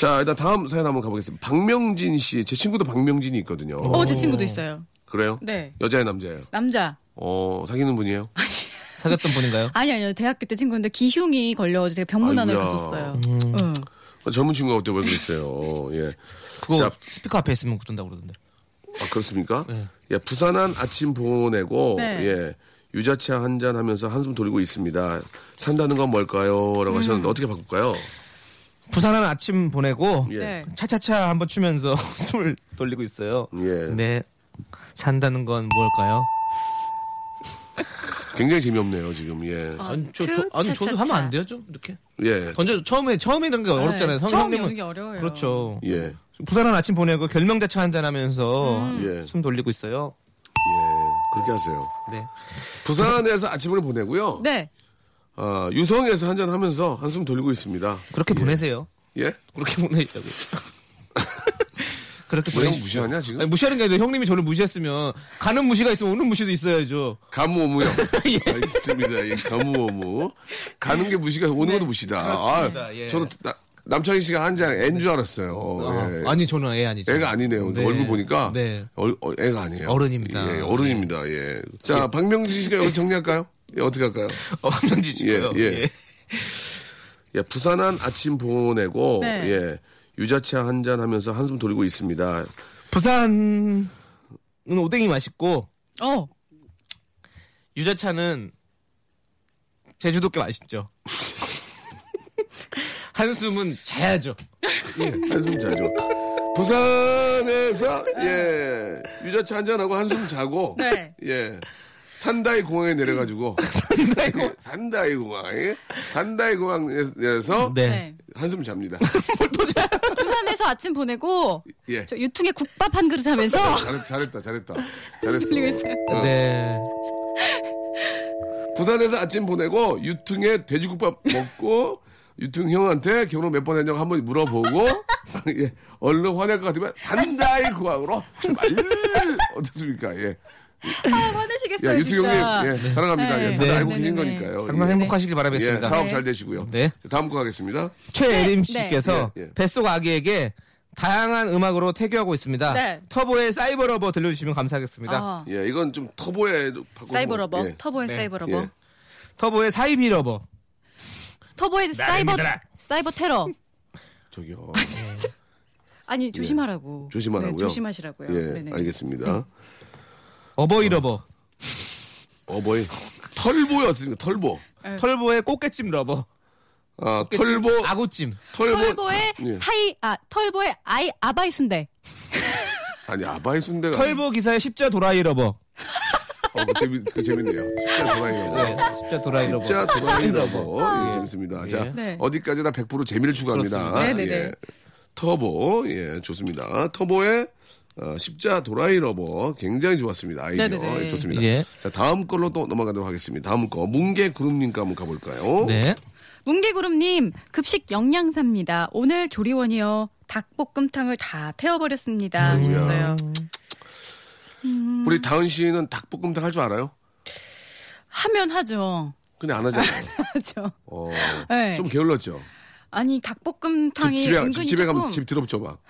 Speaker 1: 자, 일단 다음 사연 한번 가보겠습니다. 박명진 씨, 제 친구도 박명진이 있거든요.
Speaker 3: 어, 제 친구도 있어요.
Speaker 1: 그래요?
Speaker 3: 네.
Speaker 1: 여자예요, 남자예요?
Speaker 3: 남자.
Speaker 1: 어, 사귀는 분이에요?
Speaker 4: 사귀었던 분인가요?
Speaker 3: 아니, 아니요. 대학교 때 친구인데 기흉이 걸려가지고 제가 병문안을
Speaker 1: 아이고야.
Speaker 3: 갔었어요.
Speaker 4: 음.
Speaker 3: 응.
Speaker 1: 어, 젊은 친구가 어때요? 왜 그랬어요? 어, 예.
Speaker 4: 그거
Speaker 1: 자.
Speaker 4: 스피커 앞에 있으면 그런다고 그러던데.
Speaker 1: 아, 그렇습니까?
Speaker 4: 네.
Speaker 1: 예, 부산한 아침 보내고,
Speaker 3: 네.
Speaker 1: 예. 유자차 한 잔 하면서 한숨 돌리고 있습니다. 산다는 건 뭘까요? 라고
Speaker 3: 음.
Speaker 1: 하셨는데 어떻게 바꿀까요?
Speaker 4: 부산은 아침 보내고
Speaker 1: 예.
Speaker 3: 네.
Speaker 4: 차차차 한번 추면서 *laughs* 숨을 돌리고 있어요.
Speaker 1: 예.
Speaker 4: 네. 산다는 건 뭘까요?
Speaker 1: 굉장히 재미없네요, 지금. 예.
Speaker 4: 아니, 저,
Speaker 3: 트,
Speaker 4: 저, 아니 저도
Speaker 3: 차차차. 네,
Speaker 4: 하면 안 돼요, 좀 이렇게.
Speaker 1: 예.
Speaker 4: 먼저 처음에 처음이라는 게 어렵잖아요. 성-
Speaker 3: 처음
Speaker 4: 형님은-
Speaker 3: 여는 게 어려워요.
Speaker 4: 그렇죠.
Speaker 1: 예. 예.
Speaker 4: 부산은 아침 보내고 결명자차 한잔 하면서
Speaker 3: 음.
Speaker 1: 예.
Speaker 4: 숨 돌리고 있어요.
Speaker 1: 그렇게 하세요.
Speaker 4: 네.
Speaker 1: 부산에서 아침을 보내고요.
Speaker 3: 네.
Speaker 1: 아, 유성에서 한잔 하면서 한숨 돌리고 있습니다.
Speaker 4: 그렇게 보내세요.
Speaker 1: 예?
Speaker 4: *laughs* 그렇게 보내시라고요. 그렇게
Speaker 1: 왜 형
Speaker 4: 보내시죠.
Speaker 1: 뭐 무시하냐, 지금?
Speaker 4: 아니, 무시하는 게 아니라 형님이 저를 무시했으면 가는 무시가 있으면 오는 무시도 있어야죠. *laughs*
Speaker 1: 가무오무요. 알겠습니다. 예, 가무오무. 가는 게 무시가 오는 것도 무시다.
Speaker 4: 네, 그렇습니다.
Speaker 1: 아,
Speaker 4: 예.
Speaker 1: 저는 나- 남창희 씨가 한 장 엔 줄 알았어요.
Speaker 4: 아,
Speaker 1: 예.
Speaker 4: 아니 저는 애 아니죠.
Speaker 1: 애가 아니네요.
Speaker 4: 네.
Speaker 1: 얼굴 보니까 *laughs*
Speaker 4: 네.
Speaker 1: 얼- 어, 애가 아니에요.
Speaker 4: 어른입니다.
Speaker 1: 예, 어른입니다. 예. 자, 박명진 씨가 여기 정리할까요? 예, 어떻게
Speaker 4: *laughs*
Speaker 1: 할까요?
Speaker 4: 어명지시고요.
Speaker 1: 예, 예. 예, 부산한 아침 보내고
Speaker 3: 네.
Speaker 1: 예. 유자차 한 잔 하면서 한숨 돌리고 있습니다.
Speaker 4: 부산은 오뎅이 맛있고
Speaker 3: 어.
Speaker 4: 유자차는 제주도께 맛있죠. *laughs* 한숨은 자야죠.
Speaker 1: 한숨 자죠. 부산에서 예 유자차 한잔하고 한숨 자고
Speaker 3: 네.
Speaker 1: 예 산다이 공항에
Speaker 3: *laughs*
Speaker 1: 내려가지고 예, 산다이 공항 산다이 공항에 산다이 공항에서
Speaker 4: 네.
Speaker 3: 네.
Speaker 1: 한숨 잡니다.
Speaker 3: 부산에서 아침 보내고
Speaker 1: 예.
Speaker 3: 저 유통에 국밥 한 그릇 하면서
Speaker 4: 예.
Speaker 3: *laughs*
Speaker 1: 잘, 잘했다 잘했다 잘했어.
Speaker 3: 들리고 있어요.
Speaker 1: 어,
Speaker 4: 네.
Speaker 1: 부산에서 아침 보내고 유퉁에 돼지국밥 먹고 유퉁 형한테 결혼 몇 번 했냐고 한번 물어보고 *laughs* 예 얼른 화낼 것 같으면 산다이 공항으로 출발 어떻습니까 예.
Speaker 3: 아, 화내시겠어요,
Speaker 1: 야, 유튜
Speaker 3: 진짜.
Speaker 1: 형님, 예, 사랑합니다.
Speaker 3: 네.
Speaker 1: 예, 다들
Speaker 4: 네.
Speaker 1: 알고 계신
Speaker 3: 네, 네, 네.
Speaker 1: 거니까요.
Speaker 4: 항상
Speaker 1: 예.
Speaker 4: 행복하시길 바라겠습니다.
Speaker 1: 예, 사업
Speaker 3: 네.
Speaker 1: 잘 되시고요.
Speaker 4: 네.
Speaker 1: 다음 거 가겠습니다.
Speaker 3: 네.
Speaker 4: 최예림 씨께서
Speaker 1: 예, 예.
Speaker 4: 뱃속 아기에게 다양한 음악으로 태교하고 있습니다.
Speaker 3: 네.
Speaker 4: 터보의 사이버러버 들려주시면 감사하겠습니다.
Speaker 3: 어,
Speaker 1: 예, 이건 좀 터보에 바꿔.
Speaker 3: 사이버러버,
Speaker 1: 예.
Speaker 3: 터보의 사이버러버,
Speaker 1: 예.
Speaker 4: 터보의 사이비러버.
Speaker 3: 터보의 사이버 사이버 테러.
Speaker 1: 저기요.
Speaker 3: 아, 아니 조심하라고.
Speaker 1: 예. 조심하라고요.
Speaker 3: 네, 조심하시라고요.
Speaker 1: 예,
Speaker 3: 네네.
Speaker 1: 알겠습니다.
Speaker 4: 어버이러버.
Speaker 1: 어, 뭐이 털보였습니다. 털보.
Speaker 3: 네.
Speaker 4: 털보의 꽃게찜 러버.
Speaker 1: 아, 털보.
Speaker 4: 아구찜.
Speaker 1: 털보.
Speaker 3: 그 털보의
Speaker 1: 예.
Speaker 3: 사이 아 털보의 아이 아바이 순대.
Speaker 1: 아니, 아바이 순대가.
Speaker 4: 털보 기사의 십자 도라이 러버.
Speaker 1: 어, 그 재밌, 그 재밌네요.
Speaker 3: *laughs*
Speaker 1: 진짜
Speaker 4: 네,
Speaker 1: 도라이라고.
Speaker 4: 십자 도라이 러버.
Speaker 1: 진짜 도라이라고.
Speaker 4: 아.
Speaker 1: 예, 재밌습니다. 자,
Speaker 3: 네.
Speaker 1: 어디까지나 100% 재미를 추구합니다.
Speaker 3: 그렇습니다. 네, 네,
Speaker 1: 예.
Speaker 3: 네.
Speaker 1: 터보, 예, 좋습니다. 터보의 어, 십자 도라이 러버 굉장히 좋았습니다. 아이디어
Speaker 3: 네, 네, 네.
Speaker 1: 예, 좋습니다.
Speaker 4: 예.
Speaker 1: 자 다음 걸로 또 넘어가도록 하겠습니다. 다음 거 뭉게 구름님과 한번 가볼까요?
Speaker 4: 네.
Speaker 3: 뭉개구름님 급식 영양사입니다. 오늘 조리원이요 닭볶음탕을 다 태워버렸습니다. 하셨어요.
Speaker 1: 우리 다은 씨는 닭볶음탕 할 줄 알아요?
Speaker 3: 하면 하죠. *laughs*
Speaker 1: 근데 안 하잖아요.
Speaker 3: 하죠.
Speaker 1: 어,
Speaker 3: 네.
Speaker 1: 좀 게을렀죠.
Speaker 3: 아니 닭볶음탕이
Speaker 1: 집, 집에 가- 집,
Speaker 3: 은근히
Speaker 1: 집에
Speaker 3: 조금
Speaker 1: 가면 집 더럽죠 막.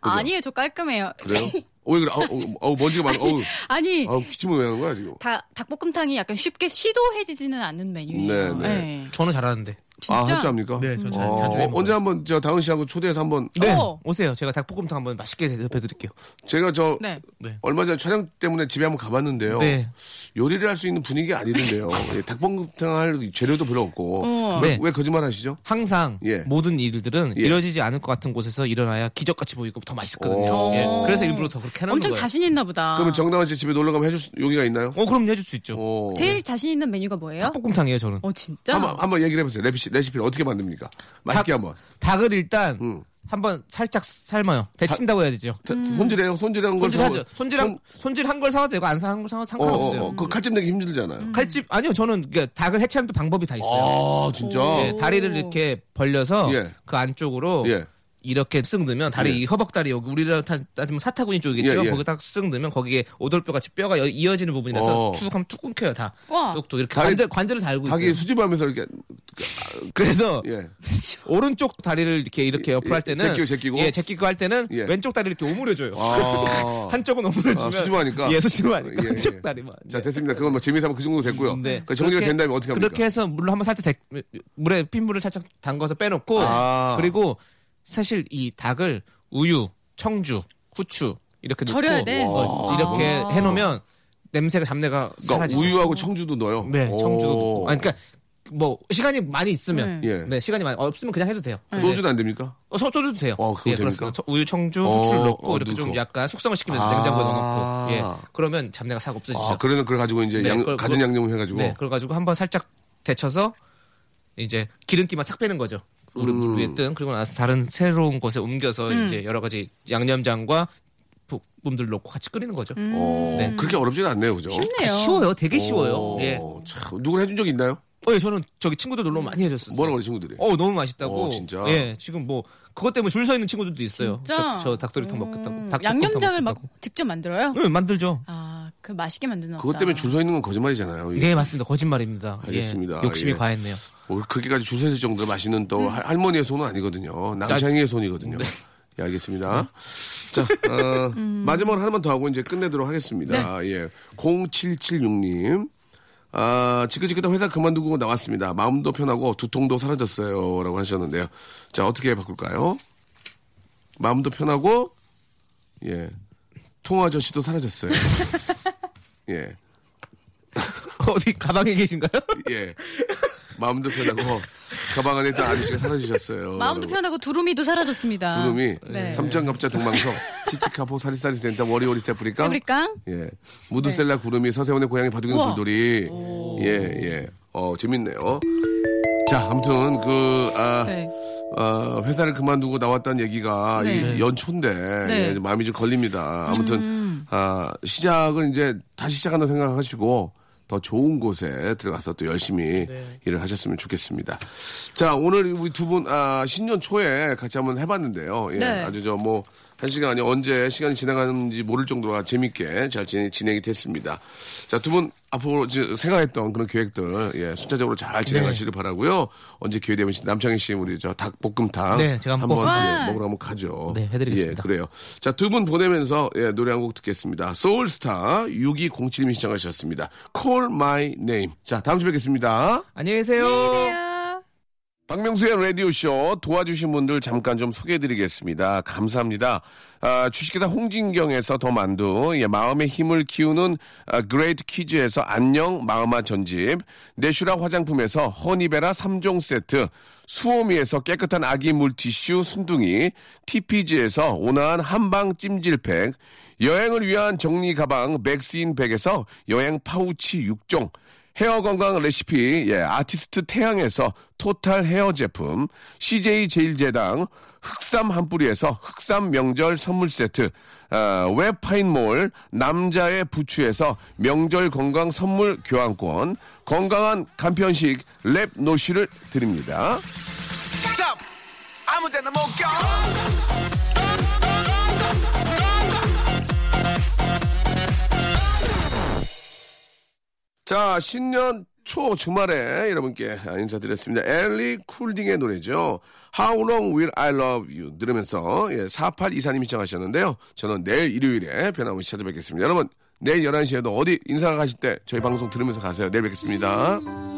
Speaker 3: 아니에요 저 깔끔해요. *laughs*
Speaker 1: 그래요? 어왜 그래? 아우, 어우, 어우 먼지가 많아. 어우
Speaker 3: 아니
Speaker 1: 아우 기침을 왜 하는 거야 지금?
Speaker 3: 다, 닭볶음탕이 약간 쉽게 시도해지지는 않는
Speaker 1: 네,
Speaker 3: 메뉴예요.
Speaker 1: 네.
Speaker 3: 예.
Speaker 4: 저는 잘하는데.
Speaker 3: 진짜.
Speaker 1: 아 할 줄 압니까?
Speaker 4: 네, 저 자-
Speaker 1: 어,
Speaker 4: 자주 해 먹어요.
Speaker 1: 언제 한번 저 다은 씨하고 초대해서 한번
Speaker 4: 네.
Speaker 3: 어.
Speaker 4: 오세요. 제가 닭볶음탕 한번 맛있게 대접해드릴게요.
Speaker 1: 제가 저
Speaker 3: 네.
Speaker 4: 네.
Speaker 1: 얼마 전에 촬영 때문에 집에 한번 가봤는데요.
Speaker 4: 네.
Speaker 1: 요리를 할 수 있는 분위기가
Speaker 4: *laughs*
Speaker 1: 아니던데요. 예, 닭볶음탕 할 재료도 별로 없고.
Speaker 3: 어.
Speaker 1: 왜,
Speaker 4: 네.
Speaker 1: 왜 거짓말 하시죠?
Speaker 4: 항상
Speaker 1: 예.
Speaker 4: 모든 일들은
Speaker 1: 예.
Speaker 4: 이뤄지지 않을 것 같은 곳에서 일어나야 기적같이 보이고 더
Speaker 1: 오.
Speaker 4: 맛있거든요. 예. 그래서 일부러 더 그렇게 하는
Speaker 3: 엄청
Speaker 4: 거예요.
Speaker 3: 자신 있나 보다.
Speaker 1: 그러면 정다은 씨 집에 놀러 가면 해줄 수- 용의가 있나요?
Speaker 4: 어, 그럼 해줄 수 있죠.
Speaker 1: 오.
Speaker 3: 제일 자신 있는 메뉴가 뭐예요?
Speaker 4: 닭볶음탕이에요, 저는.
Speaker 3: 어 진짜?
Speaker 1: 한번, 한번 얘기를 해보세요. 래피 레시, 레시피를 어떻게 만듭니까? 맛있게 한번.
Speaker 4: 닭을 일단
Speaker 1: 음.
Speaker 4: 한번 살짝 삶아요. 데친다고 해야 되죠.
Speaker 1: 자, 손질해요. 손질한 걸
Speaker 4: 손질하죠.
Speaker 1: 사고-
Speaker 4: 손질한
Speaker 1: 손-
Speaker 4: 손질한 걸 사와도 되고 안 사는 걸 사와도
Speaker 1: 어,
Speaker 4: 상관없어요.
Speaker 1: 어, 어. 그 칼집 내기 힘들잖아요.
Speaker 4: 칼집 아니요 저는 그 닭을 해체하는 또 방법이 다 있어요.
Speaker 1: 아, 진짜.
Speaker 4: 예, 다리를 이렇게 벌려서
Speaker 1: 예.
Speaker 4: 그 안쪽으로
Speaker 1: 예.
Speaker 4: 이렇게 쓱 넣으면 다리
Speaker 1: 예.
Speaker 4: 이 허벅다리 여기 우리로 타- 따지면 사타구니 쪽이겠죠.
Speaker 1: 예, 예.
Speaker 4: 거기 딱쓱 넣으면 거기에 오돌뼈 같이 뼈가 여- 이어지는 부분이라서
Speaker 1: 어.
Speaker 4: 툭 하면 툭 끊겨요 다.
Speaker 3: 와.
Speaker 4: 뚝뚝 이렇게
Speaker 1: 다리-
Speaker 4: 관절 관절을 달고
Speaker 1: 닭이
Speaker 4: 뭐 있어요. 어.
Speaker 1: 수집하면서 이렇게
Speaker 4: 그래서
Speaker 1: 예.
Speaker 4: 오른쪽 다리를 이렇게 이렇게 옆으로 할 때는
Speaker 1: 제끼고, 제끼고.
Speaker 4: 예 제끼고 할 때는
Speaker 1: 예.
Speaker 4: 왼쪽 다리 를 이렇게 오므려줘요.
Speaker 1: 아.
Speaker 4: *laughs* 한쪽은 오므려주면
Speaker 1: 아, 수줍어하니까.
Speaker 4: 예 수줍어하니까
Speaker 1: 예, 예.
Speaker 4: 한쪽 다리만.
Speaker 1: 자
Speaker 4: 네.
Speaker 1: 됐습니다. 그건 뭐 재미삼아 그 정도 됐고요.
Speaker 4: 네.
Speaker 1: 그 정리가
Speaker 4: 그렇게-
Speaker 1: 된 다음에 어떻게 합니까?
Speaker 4: 그렇게 해서 물로 한번 살짝 데- 물에 핏물을 살짝 담가서 빼놓고
Speaker 1: 아.
Speaker 4: 그리고 사실 이 닭을 우유, 청주, 후추 이렇게 넣고
Speaker 3: 절여야 돼.
Speaker 4: 어, 이렇게 해놓으면 냄새가 잡내가
Speaker 1: 그러니까
Speaker 4: 사라지죠.
Speaker 1: 우유하고 청주도 넣어요.
Speaker 4: 네, 청주도
Speaker 1: 오.
Speaker 4: 넣고. 아니, 그러니까 뭐 시간이 많이 있으면
Speaker 1: 예.
Speaker 4: 네 시간이 많이 없으면 그냥 해도 돼요.
Speaker 3: 네.
Speaker 1: 소주는 안 됩니까?
Speaker 4: 어, 소- 소주도 돼요.
Speaker 1: 어, 그거
Speaker 4: 그렇습니다.
Speaker 1: 됩니까?
Speaker 4: 소- 우유, 청주,
Speaker 1: 어,
Speaker 4: 후추를 넣고
Speaker 1: 어,
Speaker 4: 이렇게 좀
Speaker 1: 넣고.
Speaker 4: 약간 숙성을 시키면
Speaker 1: 아.
Speaker 4: 냉장고에 넣어놓고 예 그러면 잡내가 싹 없어지죠.
Speaker 1: 아 그러면 그걸 가지고 이제
Speaker 4: 네,
Speaker 1: 양,
Speaker 4: 그걸-
Speaker 1: 가진
Speaker 4: 그걸-
Speaker 1: 양념을 해가지고
Speaker 4: 네, 그래가지고 한번 살짝 데쳐서 이제 기름기만 싹 빼는 거죠. 우리
Speaker 1: 음.
Speaker 4: 물 위에 뜬 그리고 나서 다른 새로운 곳에 옮겨서
Speaker 3: 음.
Speaker 4: 이제 여러 가지 양념장과 볶음들 넣고 같이 끓이는 거죠.
Speaker 1: 어,
Speaker 4: 네.
Speaker 1: 그렇게 어렵지는 않네요, 그죠?
Speaker 3: 쉽네요.
Speaker 4: 쉬워요, 되게
Speaker 1: 오,
Speaker 4: 쉬워요. 예.
Speaker 1: 참, 누군 해준 적 있나요?
Speaker 4: 어, 예, 저는 저기 친구들 놀러 많이 해줬었어요.
Speaker 1: 뭐라고 그래, 친구들이?
Speaker 4: 어, 너무 맛있다고.
Speaker 1: 어, 진짜?
Speaker 4: 예, 지금 뭐 그것 때문에 줄 서 있는 친구들도 있어요.
Speaker 3: 진짜?
Speaker 4: 저, 저 닭도리탕
Speaker 3: 오.
Speaker 4: 먹겠다고. 닭
Speaker 3: 양념장을
Speaker 4: 볶음탕
Speaker 3: 막
Speaker 4: 먹겠다고.
Speaker 3: 직접 만들어요?
Speaker 4: 예, 만들죠.
Speaker 3: 아, 그 맛있게 만드나
Speaker 1: 그것
Speaker 3: 보다.
Speaker 1: 때문에 줄 서 있는 건 거짓말이잖아요. 이게
Speaker 4: 네, 맞습니다. 거짓말입니다.
Speaker 1: 예.
Speaker 4: 예,
Speaker 1: 알겠습니다.
Speaker 4: 욕심이
Speaker 1: 예.
Speaker 4: 과했네요. *laughs*
Speaker 1: 뭐 그렇게까지 줄 서 있을 정도로 맛있는 또 할- 할머니의 손은 아니거든요. 남창희의 손이거든요. 예, 알겠습니다. 자, 어, 마지막으로 하나만 더 하고 이제 끝내도록 하겠습니다. 예. 0776님. 아, 지긋지긋한 회사 그만두고 나왔습니다. 마음도 편하고 두통도 사라졌어요. 라고 하셨는데요. 자, 어떻게 바꿀까요? 마음도 편하고, 예. 통 아저씨도 사라졌어요. 예.
Speaker 4: 어디 가방에 계신가요? *laughs*
Speaker 1: 예. 마음도 편하고 가방 안에 다 아저씨가 사라지셨어요.
Speaker 3: 마음도 편하고 두루미도 사라졌습니다.
Speaker 1: 두둠이
Speaker 3: 네.
Speaker 1: 삼천갑자
Speaker 3: *laughs*
Speaker 1: 동방송 치치카포 사리사리 센터 워리오리 세프리깡
Speaker 3: 세브리깡?
Speaker 1: 예 무드셀라 구름이 서세원의 고향이 바둑이는
Speaker 3: 네. 우와.
Speaker 1: 돌돌이 예, 예예어 재밌네요. 자 아무튼 그 아,
Speaker 3: 네.
Speaker 1: 어, 회사를 그만두고 나왔다는 얘기가
Speaker 3: 네.
Speaker 1: 이 연초인데
Speaker 3: 네. 음.
Speaker 1: 예, 이제 마음이 좀 걸립니다. 아무튼 아, 시작은 이제 다시 시작한다고 생각하시고 더 좋은 곳에 들어가서 또 열심히
Speaker 3: 네.
Speaker 1: 일을 하셨으면 좋겠습니다. 자 오늘 우리 두 분 아, 신년 초에 같이 한번 해봤는데요. 예,
Speaker 3: 네.
Speaker 1: 아주 저 뭐 한 시간이 언제 시간이 지나가는지 모를 정도로 재밌게 잘 진, 행이 됐습니다. 자 두 분 앞으로 이제 생각했던 그런 계획들 예, 순차적으로 잘
Speaker 4: 네.
Speaker 1: 진행하시길 바라고요. 언제 기회 되면 남창희 씨 우리 저 닭볶음탕
Speaker 4: 네, 제가
Speaker 1: 한번
Speaker 4: 한번 꼭-
Speaker 1: 예,
Speaker 3: 와.
Speaker 1: 먹으러 한번 가죠.
Speaker 4: 네, 해드리겠습니다.
Speaker 1: 예, 그래요. 자, 두 분 보내면서 예, 노래 한 곡 듣겠습니다. 소울스타 6207님이 시청하셨습니다. Call My Name. 자, 다음 주에 뵙겠습니다.
Speaker 4: 안녕히 계세요.
Speaker 1: 박명수의 라디오쇼 도와주신 분들 잠깐 좀 소개해드리겠습니다. 감사합니다. 아, 주식회사 홍진경에서 더 만두, 예, 마음의 힘을 키우는 아, 그레이트 키즈에서 안녕 마음아 전집, 내슈라 화장품에서 허니베라 3종 세트, 수오미에서 깨끗한 아기 물티슈 순둥이, TPG에서 온화한 한방 찜질팩, 여행을 위한 정리 가방 맥스인백에서 여행 파우치 6종, 헤어 건강 레시피 예, 아티스트 태양에서 토탈 헤어 제품 CJ 제일제당 흑삼 한 뿌리에서 흑삼 명절 선물 세트 아, 웹파인몰 남자의 부추에서 명절 건강 선물 교환권 건강한 간편식 랩노시를 드립니다.
Speaker 6: 아무데나 못 가.
Speaker 1: 자, 신년 초 주말에 여러분께 인사드렸습니다. 엘리 쿨딩의 노래죠. How long will I love you? 들으면서 예, 4824님이 시청하셨는데요. 저는 내일 일요일에 변함없이 찾아뵙겠습니다. 여러분, 내일 11시에도 어디 인사 가실 때 저희 방송 들으면서 가세요. 내일 뵙겠습니다.